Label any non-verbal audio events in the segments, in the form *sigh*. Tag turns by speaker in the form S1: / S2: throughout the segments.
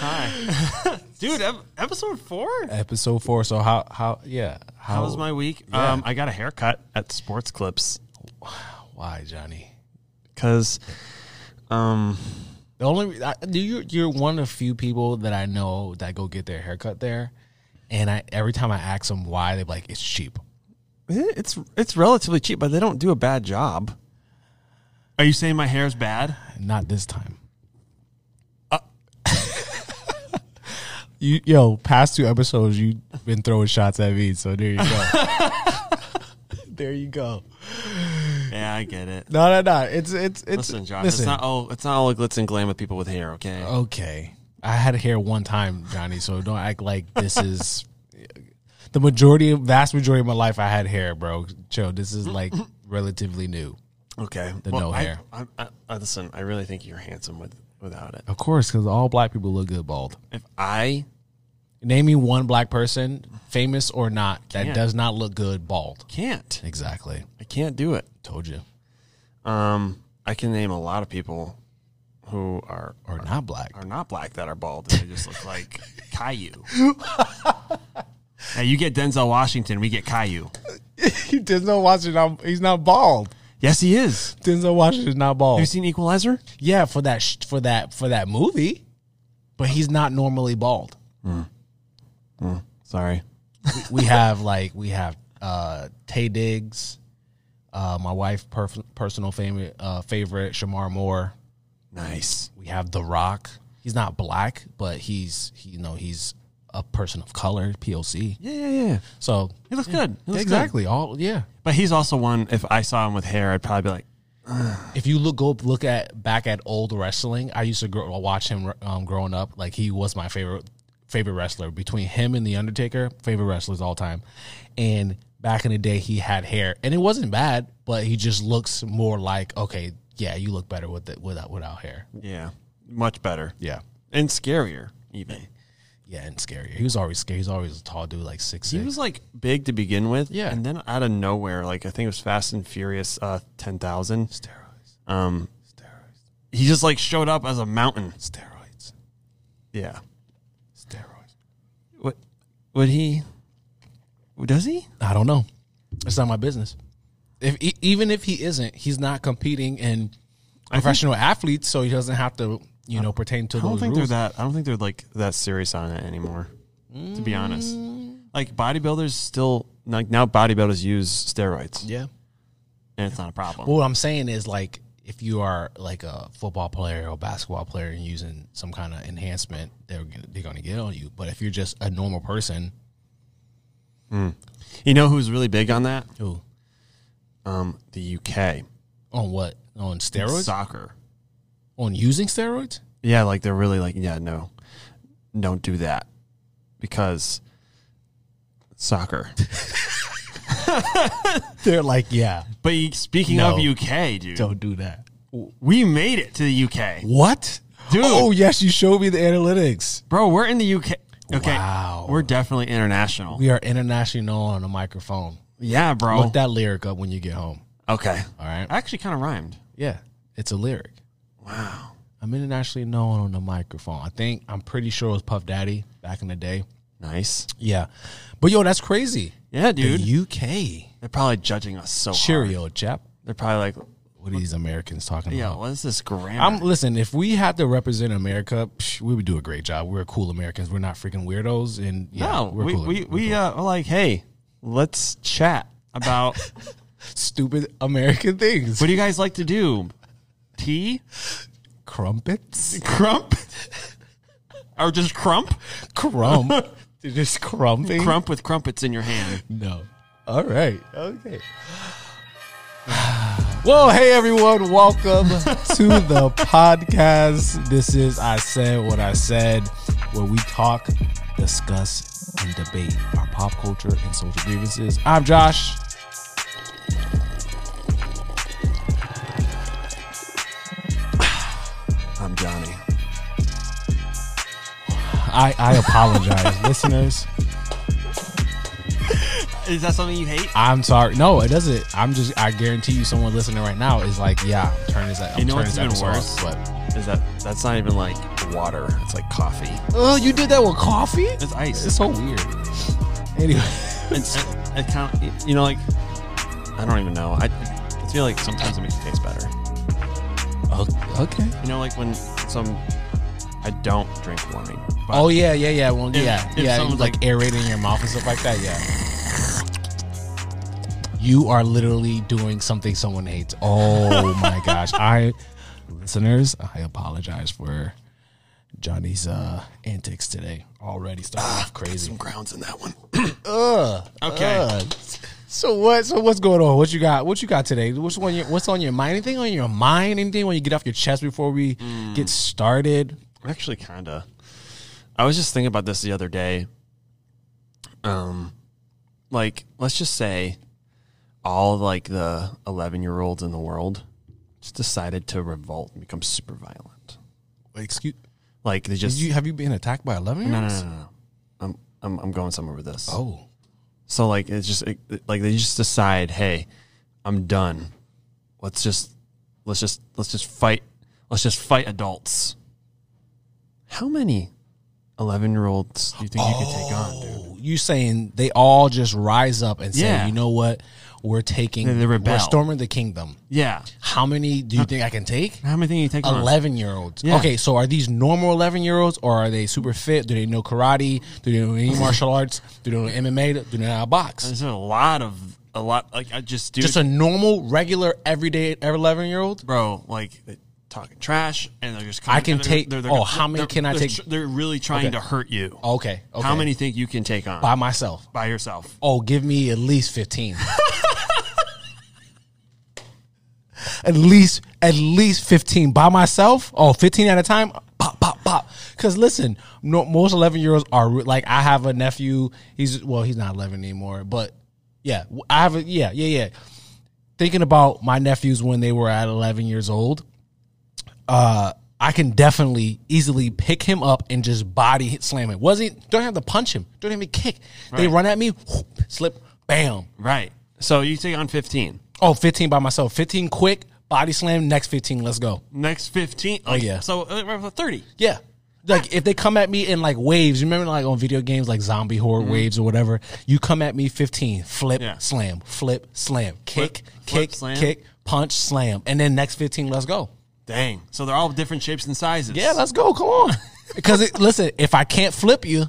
S1: *laughs* dude. ep- episode four.
S2: Episode four. So how how yeah how,
S1: How was my week?
S2: Yeah.
S1: Um, I got a haircut at Sports Clips
S2: why Johnny?
S1: because, um,
S2: The only I, do you you're one of the few people that I know that go get their haircut there, and I every time I ask them why they're like it's cheap.
S3: Eh, It's it's relatively cheap, but they don't do a bad job.
S1: are you saying my hair is bad?
S2: Not this time. Uh, *laughs* you yo past two episodes you've been throwing shots at me, so there you go.
S1: *laughs*
S2: there you go.
S1: Yeah, I get it.
S2: No, no, no. It's it's it's
S1: *laughs* Listen, John, it's not all it's not all glitz and glam with people with hair. Okay,
S2: Okay. I had hair one time, Johnny, so don't act like this is the majority of vast majority of my life I had hair, bro. Joe, this is like relatively new.
S1: okay.
S2: The no
S1: I-
S2: hair.
S1: I, I, I, listen, I really think you're handsome with without it.
S2: Of course, because all black people look good bald.
S1: If I
S2: Name me one black person, famous or not, that
S1: Can't.
S2: does not look good bald.
S1: can't,
S2: Exactly.
S1: I can't do it.
S2: Told you.
S1: Um, I can name a lot of people who are
S2: Or not black.
S1: are not black that are bald. and They just look like Caillou. *laughs* now you get Denzel Washington, we get Caillou.
S2: *laughs* Denzel Washington, not- he's not bald.
S1: Yes, he is.
S2: Denzel Washington's not
S1: Have you
S2: bald.
S1: seen Equalizer?
S2: Yeah, for that sh- for that for that movie, but he's not normally bald.
S3: Sorry.
S2: we have like we have uh Tay Diggs, uh my wife perf- personal favorite uh favorite Shamar Moore.
S1: Nice.
S2: We have The Rock. He's not black, but he's he, you know he's a person of color, POC.
S1: Yeah, yeah, yeah.
S2: So
S1: He looks good. He looks good.
S2: exactly all yeah.
S1: But he's also one. If I saw him with hair, I'd probably be like,
S2: If you look go look at back at old wrestling, I used to grow, watch him um, growing up. Like he was my favorite favorite wrestler between him and the Undertaker, favorite wrestlers all time. And back in the day, he had hair, and it wasn't bad, but he just looks more like okay, yeah, you look better with it without without hair.
S1: yeah, much better
S2: Yeah,
S1: and scarier even.
S2: yeah, and scarier. He was always scary. He's always a tall dude, like six
S1: He
S2: six.
S1: was like big to begin with,
S2: Yeah.
S1: and then out of nowhere, like I think it was Fast and Furious uh, ten thousand.
S2: steroids,
S1: Um,
S2: steroids,
S1: he just like showed up as a mountain.
S2: steroids,
S1: Yeah.
S2: steroids.
S1: What? Would he? Does he?
S2: I don't know. It's not my business. If e- even if he isn't, he's not competing in professional athletes, so he doesn't have to, you know, pertain to
S1: I don't
S2: those
S1: think
S2: rules.
S1: they're that. I don't think they're like that serious on it anymore. To be honest,
S2: Mm.
S1: like bodybuilders still like now bodybuilders use steroids,
S2: yeah.
S1: and it's not a problem.
S2: Well, what I'm saying is like if you are like a football player or basketball player and using some kind of enhancement, they're gonna- they're going to get on you. But if you're just a normal person,
S1: you know who's really big on that?
S2: who
S1: Um, the UK
S2: on what on steroids
S1: soccer.
S2: on using steroids?
S1: Yeah, like they're really like, yeah, no, don't do that because soccer.
S2: *laughs* They're like, yeah,
S1: *laughs* but you- speaking of
S2: No.
S1: UK, dude,
S2: don't do that.
S1: we made it to the UK,
S2: What?
S1: Dude.
S2: Oh yes, you showed me the analytics.
S1: bro. We're in the UK. Okay,
S2: Wow.
S1: we're definitely international.
S2: We are international on a microphone.
S1: yeah, bro.
S2: Look that lyric up when you get home.
S1: okay,
S2: All right.
S1: actually, kind of rhymed.
S2: Yeah, it's a lyric.
S1: Wow.
S2: I'm internationally known on the microphone. I think I'm pretty sure it was Puff Daddy back in the day.
S1: Nice.
S2: Yeah, but yo, that's crazy.
S1: Yeah, dude.
S2: The UK.
S1: They're probably judging us so hard.
S2: Cheerio, chap.
S1: They're probably like,
S2: What are these Americans talking
S1: yeah,
S2: about?
S1: what is this grammar?
S2: I'm listen. If we had to represent America, psh, we would do a great job. We're cool Americans. We're not freaking weirdos. And yeah,
S1: no,
S2: we're
S1: we,
S2: cool.
S1: we,
S2: We're
S1: we
S2: cool.
S1: uh, are like, hey, let's chat *laughs* about
S2: stupid American things.
S1: what do you guys like to do? Tea?
S2: Crumpets,
S1: Crump? *laughs* or just crump? *laughs*
S2: crumb, They're just crumping.
S1: Crump with crumpets in your hand.
S2: No. All right. Okay. *sighs* Well, hey
S1: *laughs*
S2: everyone, welcome to the podcast. This is I Said What I Said, where we talk, discuss, and debate our pop culture and social grievances. I'm Josh.
S1: I'm Johnny.
S2: I, I
S1: *laughs*
S2: apologize, listeners.
S1: Is that something you hate?
S2: I'm sorry. No, it doesn't. I'm just, I guarantee you, someone listening right now is like, yeah, turn this, I'm
S1: You know
S2: turning
S1: what's
S2: this
S1: even worse?
S2: episode off, but
S1: Is that that's not even like water. It's like coffee.
S2: Oh, you did that with coffee?
S1: It's ice.
S2: It's so weird. Anyway, *laughs*
S1: It's I count. You know, like I don't even know. I, I feel like sometimes it makes it taste better.
S2: okay.
S1: You know, like when some I don't drink wine. But
S2: Oh yeah, yeah, yeah. Well,
S1: If-
S2: yeah,
S1: if
S2: yeah.
S1: someone's
S2: like,
S1: like-
S2: aerating your mouth and stuff like that. Yeah. You are literally doing something someone hates. Oh *laughs* my gosh! I, listeners, I apologize for Johnny's uh, antics today. Already starting off crazy.
S1: some grounds in that one.
S2: Okay. so what? So what's going on? What you got? What you got today? What's on your What's on your mind? Anything on your mind? Anything when you get off your chest before we get started?
S1: Actually, kinda. I was just thinking about this the other day. Um, like let's just say, all like the eleven-year-olds in the world just decided to revolt and become super violent.
S2: Excuse.
S1: Like they just
S2: have you been attacked by eleven year
S1: no, no, no, no, no. I'm I'm I'm going somewhere with this.
S2: Oh.
S1: So like it's just it, like they just decide, hey, I'm done. Let's just let's just let's just fight. Let's just fight adults. How many eleven year olds do you think you could take on, dude?
S2: you saying they all just rise up and say,
S1: Yeah.
S2: you know what, we're taking,
S1: They- they rebel.
S2: we're storming the kingdom.
S1: Yeah.
S2: How many do you think I can take?
S1: How many think you take on?
S2: Eleven year olds.
S1: Yeah.
S2: Okay, so are these normal eleven year olds, or are they super fit? Do they know karate? Do they
S1: *laughs*
S2: know any martial arts? Do they know MMA? Do they know how to box?
S1: There's a lot of a lot like I just do
S2: Just a normal, regular, everyday eleven year old.
S1: bro like they talking trash and they're just
S2: I can
S1: they're-
S2: take- oh, how many
S1: they're-
S2: can I
S1: they're
S2: take?
S1: tr- They're really trying to hurt you.
S2: Okay, okay.
S1: How many think you can take on
S2: by myself?
S1: by yourself?
S2: Oh, give me at least fifteen. at least at least 15 by myself oh 15 at a time pop pop pop because listen no, most 11 year olds are re- like i have a nephew he's well he's not 11 anymore but yeah i have a yeah yeah yeah thinking about my nephews when they were at 11 years old uh I can definitely easily pick him up and just body hit, slam him. Wasn't don't have to punch him. Don't even kick. They
S1: Right.
S2: run at me, whoop, slip, bam.
S1: Right. So you take on 15.
S2: Oh, 15 by myself. 15 quick, body slam, next 15, let's go.
S1: Next 15. Like,
S2: Oh, yeah.
S1: So uh, right, for 30.
S2: Yeah. Like if they come at me in like waves, you remember like on video games like zombie horror waves or whatever, you come at me 15, flip,
S1: Mm-hmm. Yeah.
S2: slam, flip, slam, kick,
S1: flip,
S2: kick,
S1: slam.
S2: kick, punch, slam. And then next 15, let's go.
S1: Dang. So they're all different shapes and sizes.
S2: Yeah, let's go. Come *laughs* on. because it, listen, if I can't flip you,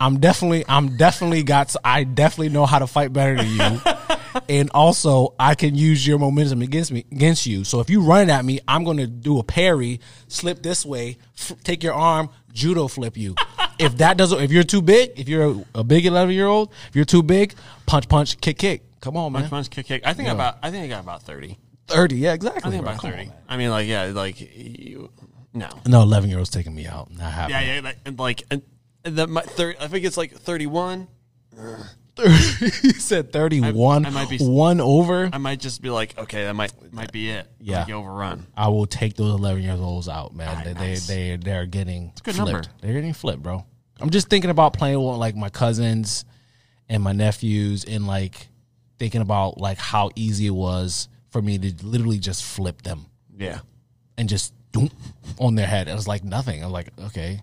S2: I'm definitely I'm definitely got s- I definitely know how to fight better than you.
S1: *laughs*
S2: and also, I can use your momentum against me against you. So if you run at me, I'm going to do a parry, slip this way, f- take your arm, judo
S1: *laughs*
S2: flip you. if that doesn't if you're too big, if you're a, a big 11-year-old, if you're too big, punch punch kick kick. Come
S1: *laughs*
S2: on, man.
S1: Punch, punch, kick, kick. I think about. I think I got about 30.
S2: 30. Yeah, exactly.
S1: I think
S2: bro.
S1: about
S2: Come on,
S1: 30.
S2: man.
S1: I mean, like, yeah, like, you, no.
S2: no, 11-year-old's taking me out. Not happening. *laughs*
S1: Yeah, yeah, like, and like and the, my thir I think it's like 31.
S2: he said 31
S1: I might be-
S2: one over
S1: I might just be like, okay, that might might be it.
S2: Yeah.
S1: Like, you overrun.
S2: i will take those 11 years olds out man they,
S1: nice.
S2: they they they're getting
S1: good
S2: flipped.
S1: number.
S2: they're getting flipped bro i'm just thinking about playing with like my cousins and my nephews and like thinking about like how easy it was for me to literally just flip them
S1: Yeah.
S2: and just doom on their head it was like nothing i was like okay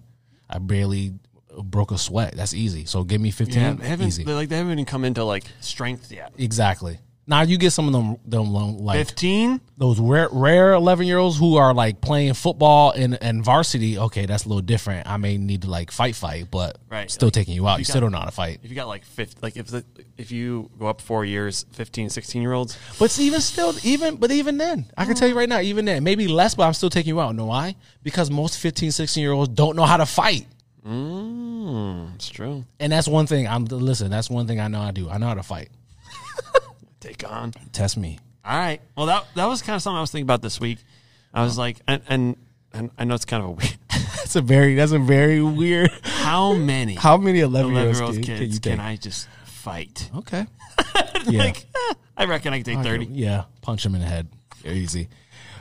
S2: i barely broke a sweat that's easy so give me 15
S1: Yeah. They haven't,
S2: easy
S1: they, like, they haven't even come into like strength yet.
S2: exactly now you get some of them them lo- like
S1: 15?
S2: those rare rare 11 year olds who are like playing football and, and varsity okay that's a little different i may need to like fight fight but
S1: Right,
S2: still
S1: like,
S2: taking you out you still
S1: got-
S2: don't know how to fight
S1: If you got like 50, like if the, if you go up four years, 15, 16 year olds,
S2: but even still even but even then i can tell you right now even then maybe less but i'm still taking you out know why because most 15 16 year olds don't know how to fight
S1: it's true.
S2: and that's one thing i'm listen that's one thing i know i do i know how to fight
S1: Take on.
S2: test me *laughs*
S1: All right. Well, that that was kind of something I was thinking about this week. I was like, and and, and I know it's kind of a weird. *laughs*
S2: that's a very that's a very weird *laughs*
S1: How many
S2: how many 11 year
S1: eleven
S2: olds
S1: year old
S2: can, can
S1: kids
S2: you
S1: can,
S2: take
S1: I just fight? *laughs*
S2: okay yeah
S1: Like, eh, I reckon I could take thirty.
S2: Yeah, punch him in the head. Easy.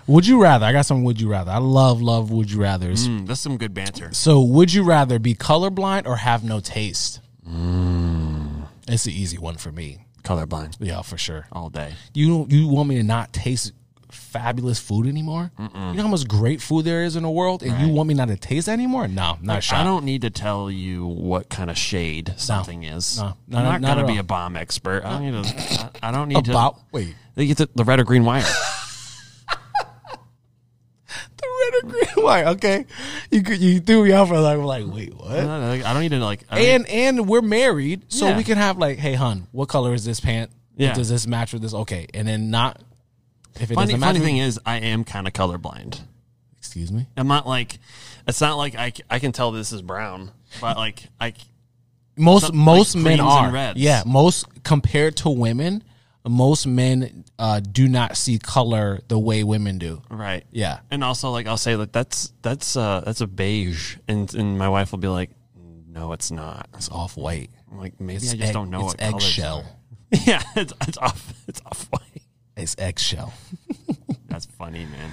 S2: Would you rather? I got some would you rather. I love love would you rather's.
S1: Mm, that's some good banter.
S2: So, would you rather be colorblind or have no taste?
S1: Mm.
S2: It's an easy one for me.
S1: Colorblind
S2: Yeah, for sure.
S1: all day.
S2: You you want me to not taste fabulous food anymore? You know how much great food there is in the world, and you want me not to taste that anymore? No, not a
S1: I
S2: shot.
S1: don't need to tell you what kind of shade something is.
S2: No. No,
S1: I'm
S2: no,
S1: not
S2: not
S1: gonna
S2: at
S1: be
S2: all.
S1: a bomb expert. I don't need to. I, I don't need
S2: About
S1: to.
S2: wait,
S1: They get the, the red or green wire. *laughs*
S2: the red or green *laughs* wire? Okay, you could- you threw me off. for like, I'm like, wait, what?
S1: I don't I don't need to like. I don't
S2: and and we're married, so
S1: Yeah.
S2: we can have like, hey, hun, what color is this pant?
S1: Yeah.
S2: Does this match with this? Okay, and then not if it
S1: funny,
S2: doesn't match.
S1: funny
S2: with-
S1: thing is, I am kind of colorblind.
S2: excuse me.
S1: I'm not like. It's not like I, c- I can tell this is brown, but like I c-
S2: Most
S1: Some-
S2: most
S1: like
S2: men
S1: greens
S2: are
S1: and reds.
S2: yeah. Most compared to women, most men uh, do not see color the way women do.
S1: right
S2: Yeah.
S1: and also like I'll say like that's that's uh that's a beige, and and my wife will be like, no, it's not.
S2: It's off white.
S1: I'm like maybe I just don't know
S2: It's
S1: what colors
S2: eggshell.
S1: are. *laughs* Yeah, it's it's off it's off white.
S2: It's eggshell.
S1: That's funny, man.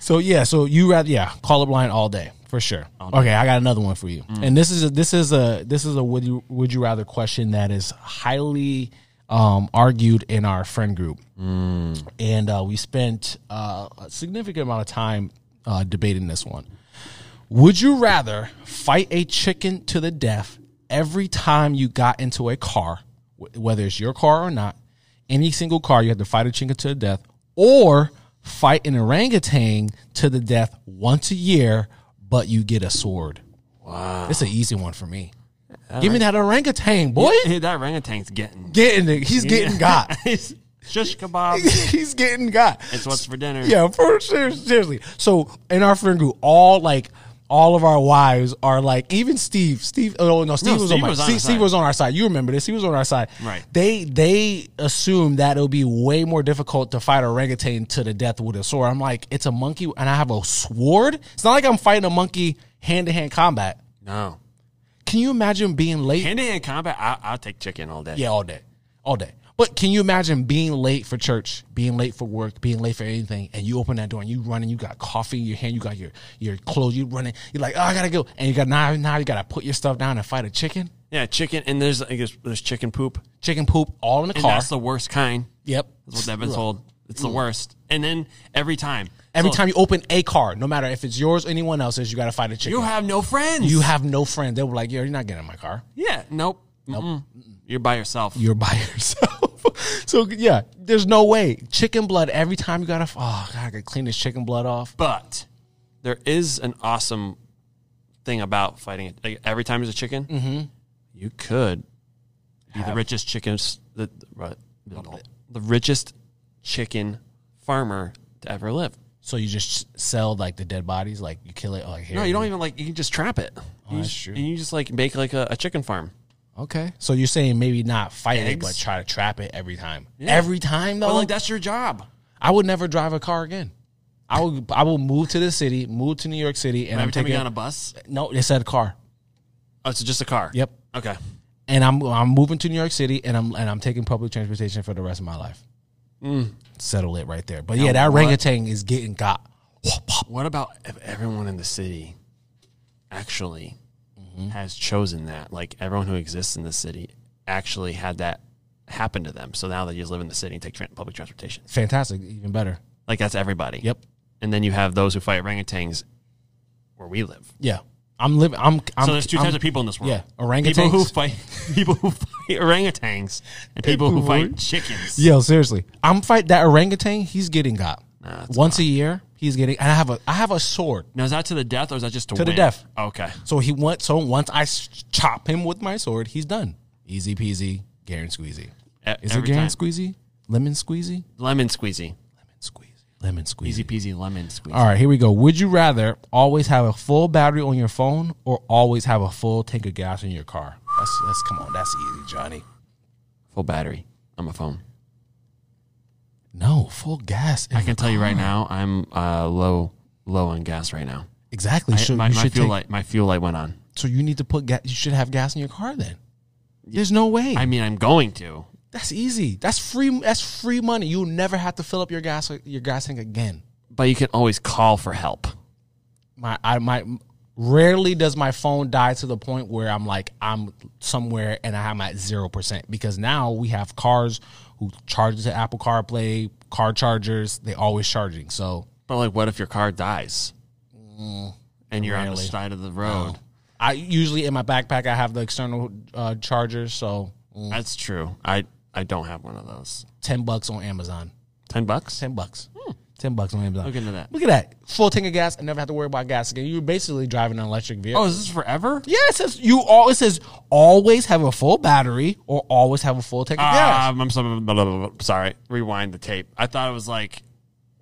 S2: So yeah, so you rather yeah, colorblind all day Mm. for sure. Okay, I got another one for you, and this is a, this is a this is a would you would you rather question that is highly um, argued in our friend group, and uh, we spent uh, a significant amount of time uh, debating this one. Would you rather fight a chicken to the death every time you got into a car, wh- whether it's your car or not, any single car, you have to fight a chicken to the death, or fight an orangutan to the death once a year, but you get a sword? Wow. It's an easy one for me. Give me that orangutan, boy.
S1: Hey, that orangutan's getting
S2: Getting it. He's
S1: *laughs*
S2: getting got.
S1: It's shish kebab.
S2: *laughs* He's getting got.
S1: It's what's for dinner.
S2: Yeah, for ser- seriously. So in our friend group, all like all of our wives are like even Steve. Steve, oh no, Steve
S1: No,
S2: was
S1: Steve
S2: on my
S1: was on
S2: Steve,
S1: our
S2: Steve
S1: side.
S2: was on our side. You remember this? He was on our side.
S1: Right.
S2: They they assume that it'll be way more difficult to fight a orangutan to the death with a sword. I'm like, it's a monkey, and I have a sword. It's not like I'm fighting a monkey hand to hand combat.
S1: No.
S2: Can you imagine being late?
S1: Hand to hand combat, I, I'll take chicken all day.
S2: Yeah, all day, all day. But can you imagine being late for church, being late for work, being late for anything, and you open that door and you running, you got coffee in your hand, you got your your clothes, you running, you're like, oh, I gotta go, and you got now now you gotta put your stuff down and fight a chicken,
S1: Yeah, chicken, and there's I guess there's chicken poop.
S2: chicken poop all in the
S1: And
S2: car.
S1: that's the worst kind.
S2: yep.
S1: That's what they've been told. It's the worst. And then every time.
S2: Every
S1: So
S2: time you open a car, no matter if it's yours or anyone else's, you gotta fight a chicken.
S1: You
S2: You have,
S1: have no friends.
S2: no friends. They were like, yo, you're not getting in my car.
S1: Yeah, nope. Nope. You're by yourself.
S2: You're by *laughs* yourself. so yeah, there's no way. Chicken blood every time you gotta. Oh god, I gotta clean this chicken blood off.
S1: But there is an awesome thing about fighting it. Like, every time there's a chicken, you could be the richest chickens, the, the, right, the richest chicken farmer to ever live.
S2: So you just sell like the dead bodies, like you kill it. Like here,
S1: No, you don't even like. You can just trap it. you
S2: that's
S1: just,
S2: true.
S1: And you just like make like a, a chicken farm.
S2: Okay, so you're saying maybe not fight it,
S1: Eggs?
S2: but try to trap it every time. Every time though,
S1: But like that's your job.
S2: I would never drive a car again. I would. I will move to the city, move to New York City, and
S1: Every
S2: I'm
S1: time you
S2: taking.
S1: get on a bus,
S2: no, it said car.
S1: oh, it's just a car.
S2: Yep.
S1: Okay.
S2: And I'm I'm moving to New York City, and I'm and I'm taking public transportation for the rest of my life.
S1: Mm.
S2: Settle it right there. But yeah, that orangutan is getting got.
S1: What about if everyone in the city actually
S2: Mm-hmm.
S1: has chosen that? Like everyone who exists in the city actually had that happen to them. So now they just live in the city and take tran public transportation.
S2: Fantastic, even better.
S1: Like that's everybody.
S2: Yep.
S1: And then you have those who fight orangutans where we live.
S2: Yeah, I'm living. I'm. I'm
S1: So there's 2
S2: I'm-
S1: types of people in this world.
S2: Yeah,
S1: People who
S2: orangutans.
S1: fight *laughs* people who fight orangutans and people who fight chickens.
S2: Yo, seriously, I'm fight that orangutan. He's getting got
S1: Nah, it's
S2: once a year. He's getting, and I have a I have a sword.
S1: Now is that to the death or is that just to,
S2: To the
S1: win?
S2: death.
S1: Okay.
S2: So he went. So once I s- chop him with my sword, he's done. Easy peasy, Garen squeezy.
S1: E-
S2: Is it
S1: every time.
S2: Garen squeezy? Lemon squeezy?
S1: Lemon squeezy.
S2: Lemon squeezy. Lemon squeezy.
S1: Easy peasy lemon squeezy.
S2: All right, here we go. Would you rather always have a full battery on your phone or always have a full tank of gas in your car? That's that's come on. That's easy, Johnny.
S1: Full battery on my phone.
S2: No, full gas.
S1: I can tell you right now, I'm uh, low low on gas right now.
S2: exactly.
S1: I-
S2: So
S1: my,
S2: you
S1: my
S2: should
S1: fuel
S2: take-
S1: light my fuel light went on.
S2: So you need to put gas. You should have gas in your car then. There's no way.
S1: I mean, I'm going to.
S2: that's easy. That's free. That's free money. You'll never have to fill up your gas your gas tank again.
S1: But you can always call for help.
S2: My I my rarely does my phone die to the point where I'm like I'm somewhere and I'm at zero percent because now we have cars who charge to Apple CarPlay, car chargers. They always charging. So
S1: But like, what if your car dies and you're on the
S2: Mm. rarely.
S1: side of the road?
S2: I usually in my backpack I have the external uh, chargers. So mm,
S1: That's true. I I don't have one of those.
S2: ten bucks on Amazon.
S1: Ten bucks.
S2: Ten bucks. Ten bucks on Amazon.
S1: Look into that.
S2: Look at that. Full tank of gas. I never have to worry about gas again. You're basically driving an electric vehicle.
S1: Oh, is this forever?
S2: Yeah, it says you always says always have a full battery or always have a full tank of gas.
S1: Um, I'm so, blah, blah, blah, blah. sorry. Rewind the tape. I thought it was like,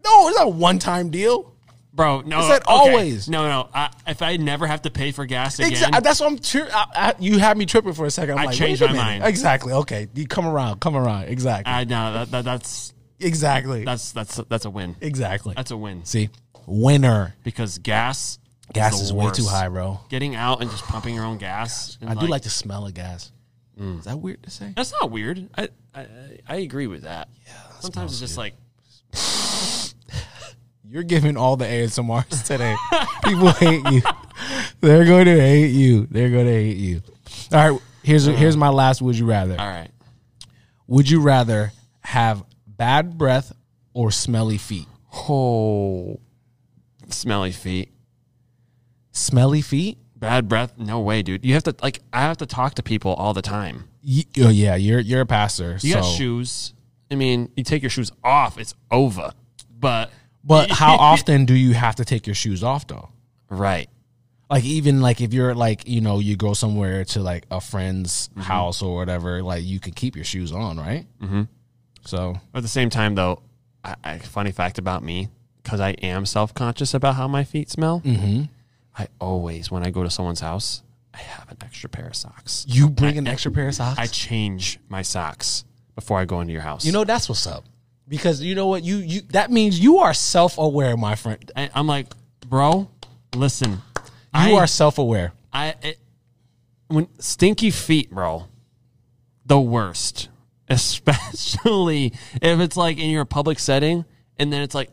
S2: No, it's not a one time deal.
S1: bro. No,
S2: It said
S1: okay.
S2: always.
S1: No, no. I, if I never have to pay for gas again,
S2: Exactly. That's what I'm. Tri- I, I, you had me tripping for a second. I'm
S1: I
S2: like,
S1: changed
S2: wait a
S1: my
S2: minute.
S1: mind.
S2: Exactly. Okay. You come around. Come around. Exactly.
S1: I no. That, that, that's
S2: exactly.
S1: that's that's that's a win.
S2: exactly.
S1: That's a win
S2: See, winner.
S1: because gas
S2: Gas
S1: the
S2: is, way
S1: worst.
S2: too high, bro.
S1: Getting out and just pumping your own gas. and
S2: I do like the smell of gas. Is that weird to say?
S1: That's not weird. I I, I agree with that. Yeah. Sometimes it's just like
S2: You're giving all the ASMRs today. People hate you. They're going to hate you. They're going to hate you. All right. Here's here's my last. Would you rather?
S1: all right.
S2: Would you rather have bad breath or smelly feet?
S1: Oh, smelly feet.
S2: Smelly feet?
S1: Bad breath? No way, dude. You have to like. I have to talk to people all the time.
S2: Y- oh yeah, you're you're a pastor.
S1: You
S2: so.
S1: got shoes. I mean, you take your shoes off, it's over. But
S2: But how
S1: *laughs*
S2: often do you have to take your shoes off though?
S1: right,
S2: Like even like if you're like you know you go somewhere to like a friend's
S1: Mm-hmm.
S2: house or whatever, like you can keep your shoes on, right? Mm-hmm. So
S1: at the same time though, I, I, funny fact about me because I am self conscious about how my feet smell. Mm-hmm. I always, when I go to someone's house, I have an extra pair of socks.
S2: you bring an extra pair of socks.
S1: I change my socks before I go into your house.
S2: you know that's what's up because you know what you you that means you are self aware, my friend. You
S1: I, I'm like, bro, listen, you I,
S2: are self aware.
S1: I it, when stinky feet, bro, the worst. *laughs* Especially if it's like in your public setting, and then it's like,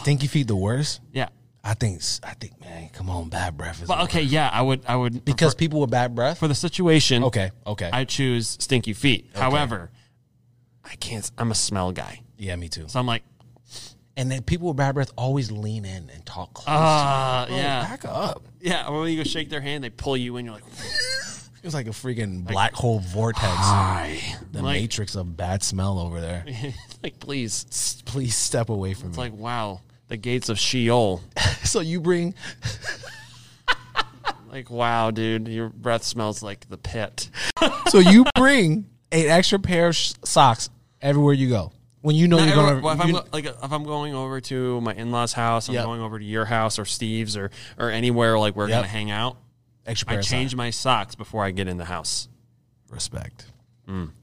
S2: Stinky feet the worst.
S1: yeah,
S2: I think I think man, come on, bad breath is
S1: okay, yeah, I would, I would
S2: uh, because people with bad breath.
S1: for the situation,
S2: Okay, okay,
S1: I choose stinky feet. However, I can't. I'm a smell guy,
S2: yeah, me too.
S1: so I'm like,
S2: And then people with bad breath always lean in and talk close.
S1: ah, yeah,
S2: Back up.
S1: yeah. Or when you go shake their hand, they pull you in. You're like,
S2: It's like Ah, a freaking black hole vortex,
S1: hi,
S2: the
S1: like-
S2: matrix of bad smell over there.
S1: *laughs* like please. It's
S2: S- Please step away from me.
S1: like wow, the gates of Sheol.
S2: *laughs* so you bring
S1: Like wow, dude, your breath smells like the pit.
S2: *laughs* so you bring an extra pair of sh- socks everywhere you go when you know
S1: Not
S2: you're
S1: everywhere.
S2: going
S1: Well, if
S2: to.
S1: I'm go- like if I'm going over to my in-laws house, I'm
S2: Yep.
S1: going over to your house or Steve's or or anywhere like we're gonna
S2: Yep.
S1: hang out.
S2: extra
S1: I
S2: pair of
S1: change my socks before I get in the house.
S2: socks. Respect.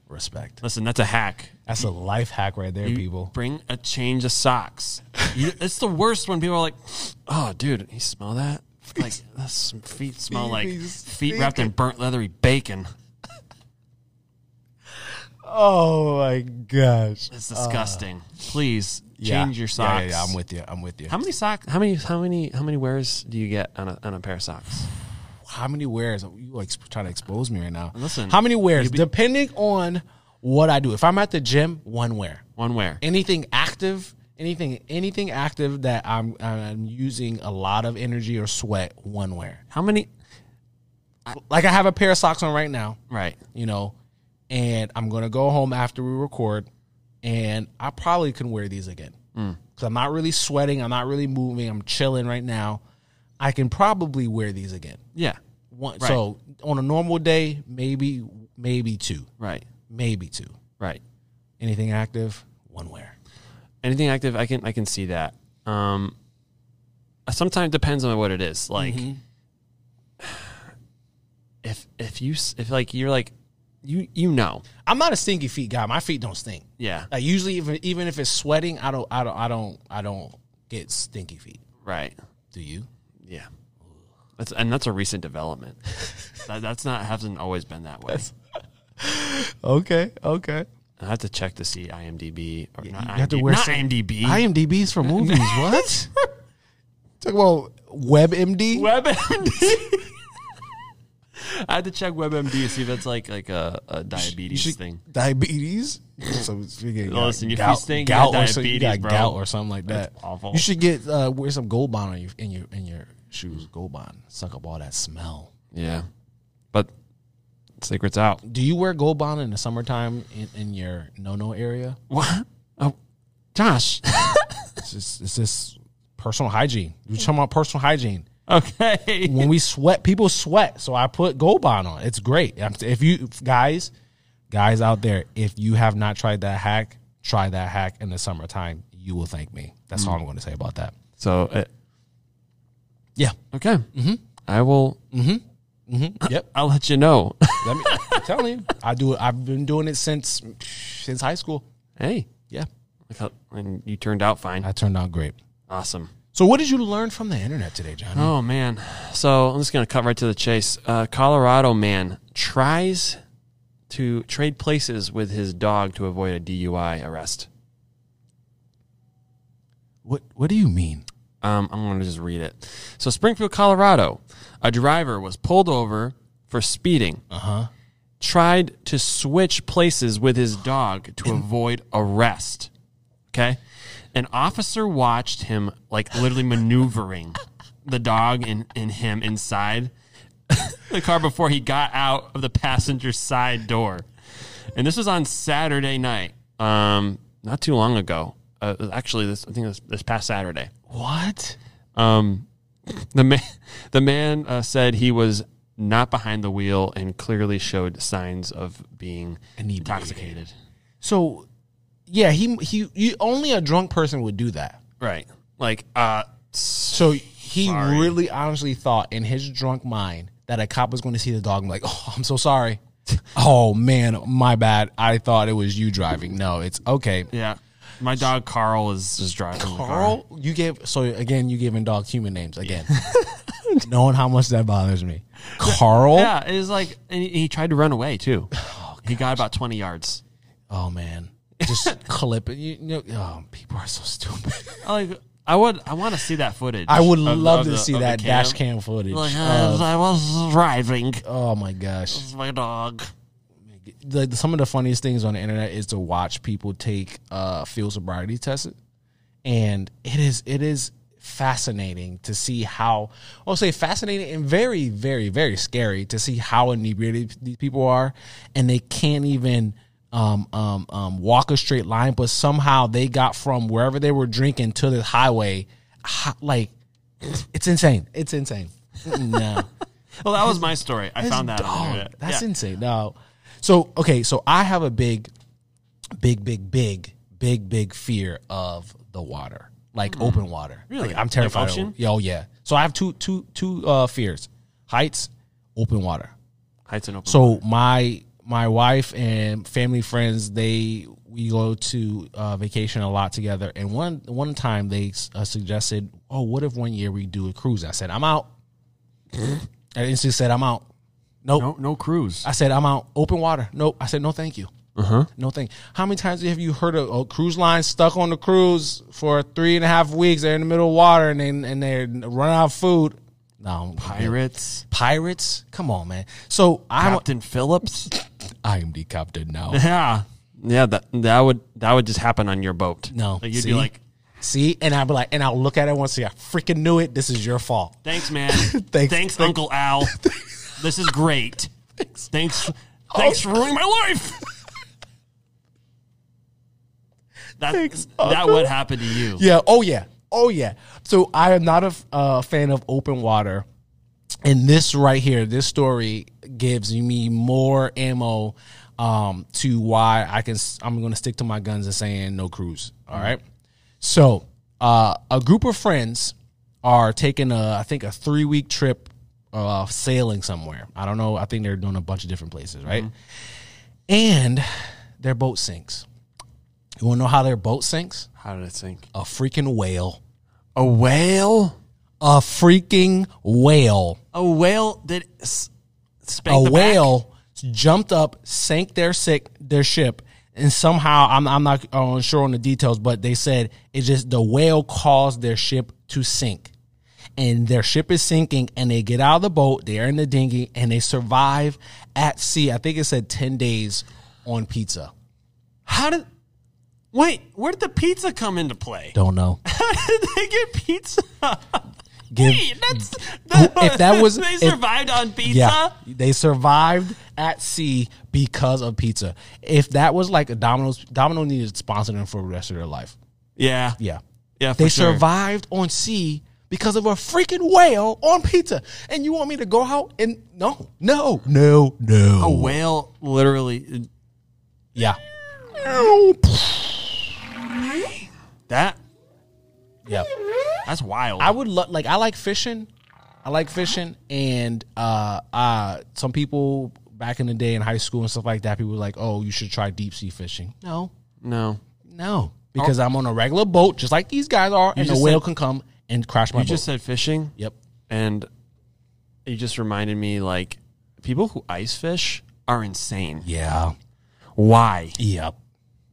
S2: Respect.
S1: Listen, that's a hack.
S2: That's a life hack right there, people.
S1: Bring a change of socks. You, it's the worst when people are like, "Oh, dude, you smell that?
S2: *laughs*
S1: Like, that's some feet smell like
S2: Feet
S1: feet wrapped in burnt leathery bacon.
S2: Oh my gosh.
S1: It's disgusting. Please
S2: Yeah.
S1: change your
S2: Yeah,
S1: socks.
S2: yeah, yeah, I'm with you. I'm with you.
S1: How many sock? How many? How many? How many wears do you get on a on a pair of socks?
S2: how many wears you ex- trying to expose me right now
S1: Listen,
S2: how many wears depending on what i do if i'm at the gym one wear
S1: One wear.
S2: anything active anything anything active that i'm i'm using a lot of energy or sweat one wear
S1: How many?
S2: like i have a pair of socks on right now
S1: Right.
S2: you know and i'm gonna go home after we record and i probably can wear these again because i'm not really sweating i'm not really moving i'm chilling right now i can probably wear these again
S1: Yeah.
S2: One, So on a normal day, maybe maybe two,
S1: Right.
S2: maybe two.
S1: Right.
S2: Anything active, one wear.
S1: Anything active, I can I can see that. Um, sometimes depends on what it is. Like,
S2: Mm-hmm.
S1: *sighs* if if you s- if like you're like you you know
S2: I'm not a stinky feet guy. My feet don't stink.
S1: yeah
S2: Like usually, even even if it's sweating, I don't I don't I don't I don't get stinky feet.
S1: right
S2: Do you?
S1: yeah that's and that's a recent
S2: *laughs*
S1: development. that, that's not hasn't always been that way.
S2: Okay, okay.
S1: I have to check to see IMDb or not.
S2: you have to
S1: IMDb,
S2: wear
S1: not
S2: some-
S1: IMDb.
S2: IMDb's *laughs* for movies. what? Talk about WebMD.
S1: WebMD. *laughs* I had to check WebMD to see if that's like like a, a diabetes
S2: should-
S1: thing. *laughs*
S2: diabetes. so speaking of
S1: Listen, if you stink, you got
S2: or something- you got
S1: diabetes, bro.
S2: gout or something like that.
S1: That's awful.
S2: You should get uh, wear some gold bond on your in your in your shoes. Gold bond, suck up all that smell.
S1: Yeah, but secrets out.
S2: Do you wear gold bond in the summertime in, in your no no area?
S1: *laughs* What? Oh, Josh.
S2: It's just it's just personal hygiene. You talking about personal hygiene?
S1: okay.
S2: when we sweat, people sweat. So I put Gold Bond on. It's great. I'm- If you guys, guys out there, if you have not tried that hack, try that hack in the summertime. You will thank me. That's all I'm going to say about that.
S1: So uh,
S2: Yeah.
S1: okay, mm-hmm. I will.
S2: Yep.
S1: I'll let you know. *laughs*
S2: Let me I'm telling you. I do it. I've been doing it since since high school.
S1: hey,
S2: Yeah.
S1: look how, and you turned out fine.
S2: I turned out great.
S1: Awesome.
S2: So what did you learn from the internet today, John?
S1: Oh man. So I'm just gonna cut right to the chase. Uh, Colorado man tries to trade places with his dog to avoid a DUI arrest.
S2: What What do you mean?
S1: Um, I'm going to just read it. So, Springfield, Colorado, a driver was pulled over for speeding. Uh huh. Tried to switch places with his dog to avoid arrest. Okay. An officer watched him, like literally maneuvering the dog and, and him inside the car before he got out of the passenger side door. And this was on Saturday night, um, not too long ago. Uh, actually, this I think it was this past Saturday.
S2: What?
S1: Um, the man, the man uh, said he was not behind the wheel and clearly showed signs of being
S2: Inebriated.
S1: intoxicated.
S2: So, yeah, he he. You, only a drunk person would do that.
S1: Right. Like, uh, s-
S2: So he
S1: Sorry.
S2: really honestly thought in his drunk mind that a cop was going to see the dog and be like, oh, I'm
S1: *laughs*
S2: so sorry. oh, man, my bad. I thought it was you driving. No, it's okay.
S1: yeah. My dog Carl is just driving. The car.
S2: Carl, you gave, so again, you giving dog human names again.
S1: *laughs*
S2: Knowing how much that bothers me. Carl?
S1: Yeah, it was like, and he- he tried to run away
S2: *sighs*
S1: too. he got about twenty yards.
S2: Oh, man.
S1: *laughs*
S2: Just clip it. You, know, oh, people are so stupid.
S1: I Like, I would, I want to see that footage.
S2: I Oh. would
S1: of the-
S2: love
S1: of
S2: to
S1: the-
S2: see
S1: of the
S2: that dash cam footage.
S1: Like, uh,
S2: of-
S1: I was driving.
S2: oh, my gosh.
S1: This is my dog.
S2: like some of the funniest things on the internet is to watch people take uh field sobriety tests and it is it is fascinating to see how I'll say fascinating and very very very scary to see how inebriated these people are and they can't even um, um, um, walk a straight line but somehow they got from wherever they were drinking to the highway hi- like it's insane it's insane no
S1: Well, that was my story. I found that. on the
S2: dog.
S1: internet.
S2: That's
S1: Yeah.
S2: insane. No. So okay, so I have a big, big, big, big, big, big fear of the water, like open water.
S1: Hmm. Really?
S2: Like, I'm terrified.
S1: Like
S2: of-
S1: ocean?
S2: Yeah, oh yeah. So I have two, two, two uh, fears: heights, open water.
S1: Heights and open.
S2: So my my wife and family friends, they we go to uh, vacation a lot together. And one one time they uh, suggested, "Oh, what if one year we do a cruise?" I said, "I'm out." *laughs* I instantly said, "I'm out." Nope.
S1: no, no cruise.
S2: I said, I'm out. Open water. Nope. I said, no, thank you. Uh-huh. No, thank How many times have you heard of a cruise line stuck on the cruise for three and a half weeks? They're in the middle of water and, they, and they're running out of food. No, pirate.
S1: Pirates.
S2: pirates? Come on, man. So I'm,
S1: Captain
S2: *laughs*
S1: Phillips.
S2: I am the captain now.
S1: Yeah, yeah. That that would that would just happen on your boat.
S2: No.
S1: like you'd
S2: See?
S1: be like,
S2: See? And I'll be like, and I'll look at it once. See, I freaking knew it. This is your fault.
S1: thanks, man. thanks,
S2: *laughs* thanks.
S1: Uncle
S2: *laughs*
S1: Al. this is great. Thanks, thanks, for ruining my
S2: *laughs*
S1: life. That that would happen to you.
S2: Yeah. Oh yeah. Oh yeah. So I am not a f- uh, fan of open water, and this right here, this story gives me more ammo um, to why I can. s- I'm going to stick to my guns and saying no cruise. All right. So uh, a group of friends are taking a, I think a three week trip uh, sailing somewhere. I don't know. I think they're doing a bunch of different places, right? And their boat sinks. You want to know how their boat sinks?
S1: How did it sink?
S2: a freaking whale.
S1: A whale.
S2: A freaking whale.
S1: A whale did s- spank
S2: A
S1: the back?
S2: whale jumped up, sank their sick their ship, and somehow I'm I'm not uh, sure on the details, but they said it just the whale caused their ship to sink. and their ship is sinking and they get out of the boat, they're in the dinghy, and they survive at sea. I think it said 10 days on pizza.
S1: How did? Wait, where did the pizza come into play?
S2: Don't know.
S1: How did they get pizza?
S2: Give-
S1: Wait, that's that
S2: If that was-
S1: they
S2: if-
S1: survived on pizza.
S2: Yeah, they survived at sea because of pizza. If that was like a Domino's, Domino needed to sponsor them for the rest of their life.
S1: yeah,
S2: Yeah,
S1: Yeah, for
S2: they
S1: sure.
S2: survived on sea because of a freaking whale on pizza. And you want me to go out and no, no, no, no.
S1: A whale literally
S2: Yeah,
S1: that
S2: yeah.
S1: that's wild.
S2: I would love like I like fishing. I like fishing, and uh, uh, some people back in the day in high school and stuff like that, people were like, "Oh, you should try deep sea fishing." No,
S1: no.
S2: No, because I'm on a regular boat, just like these guys are, and a
S1: just
S2: whale
S1: said-
S2: can come and crash my
S1: You
S2: boat.
S1: just said fishing.
S2: yep.
S1: and you just reminded me like people who ice fish are insane.
S2: Yeah.
S1: Why?
S2: Yep.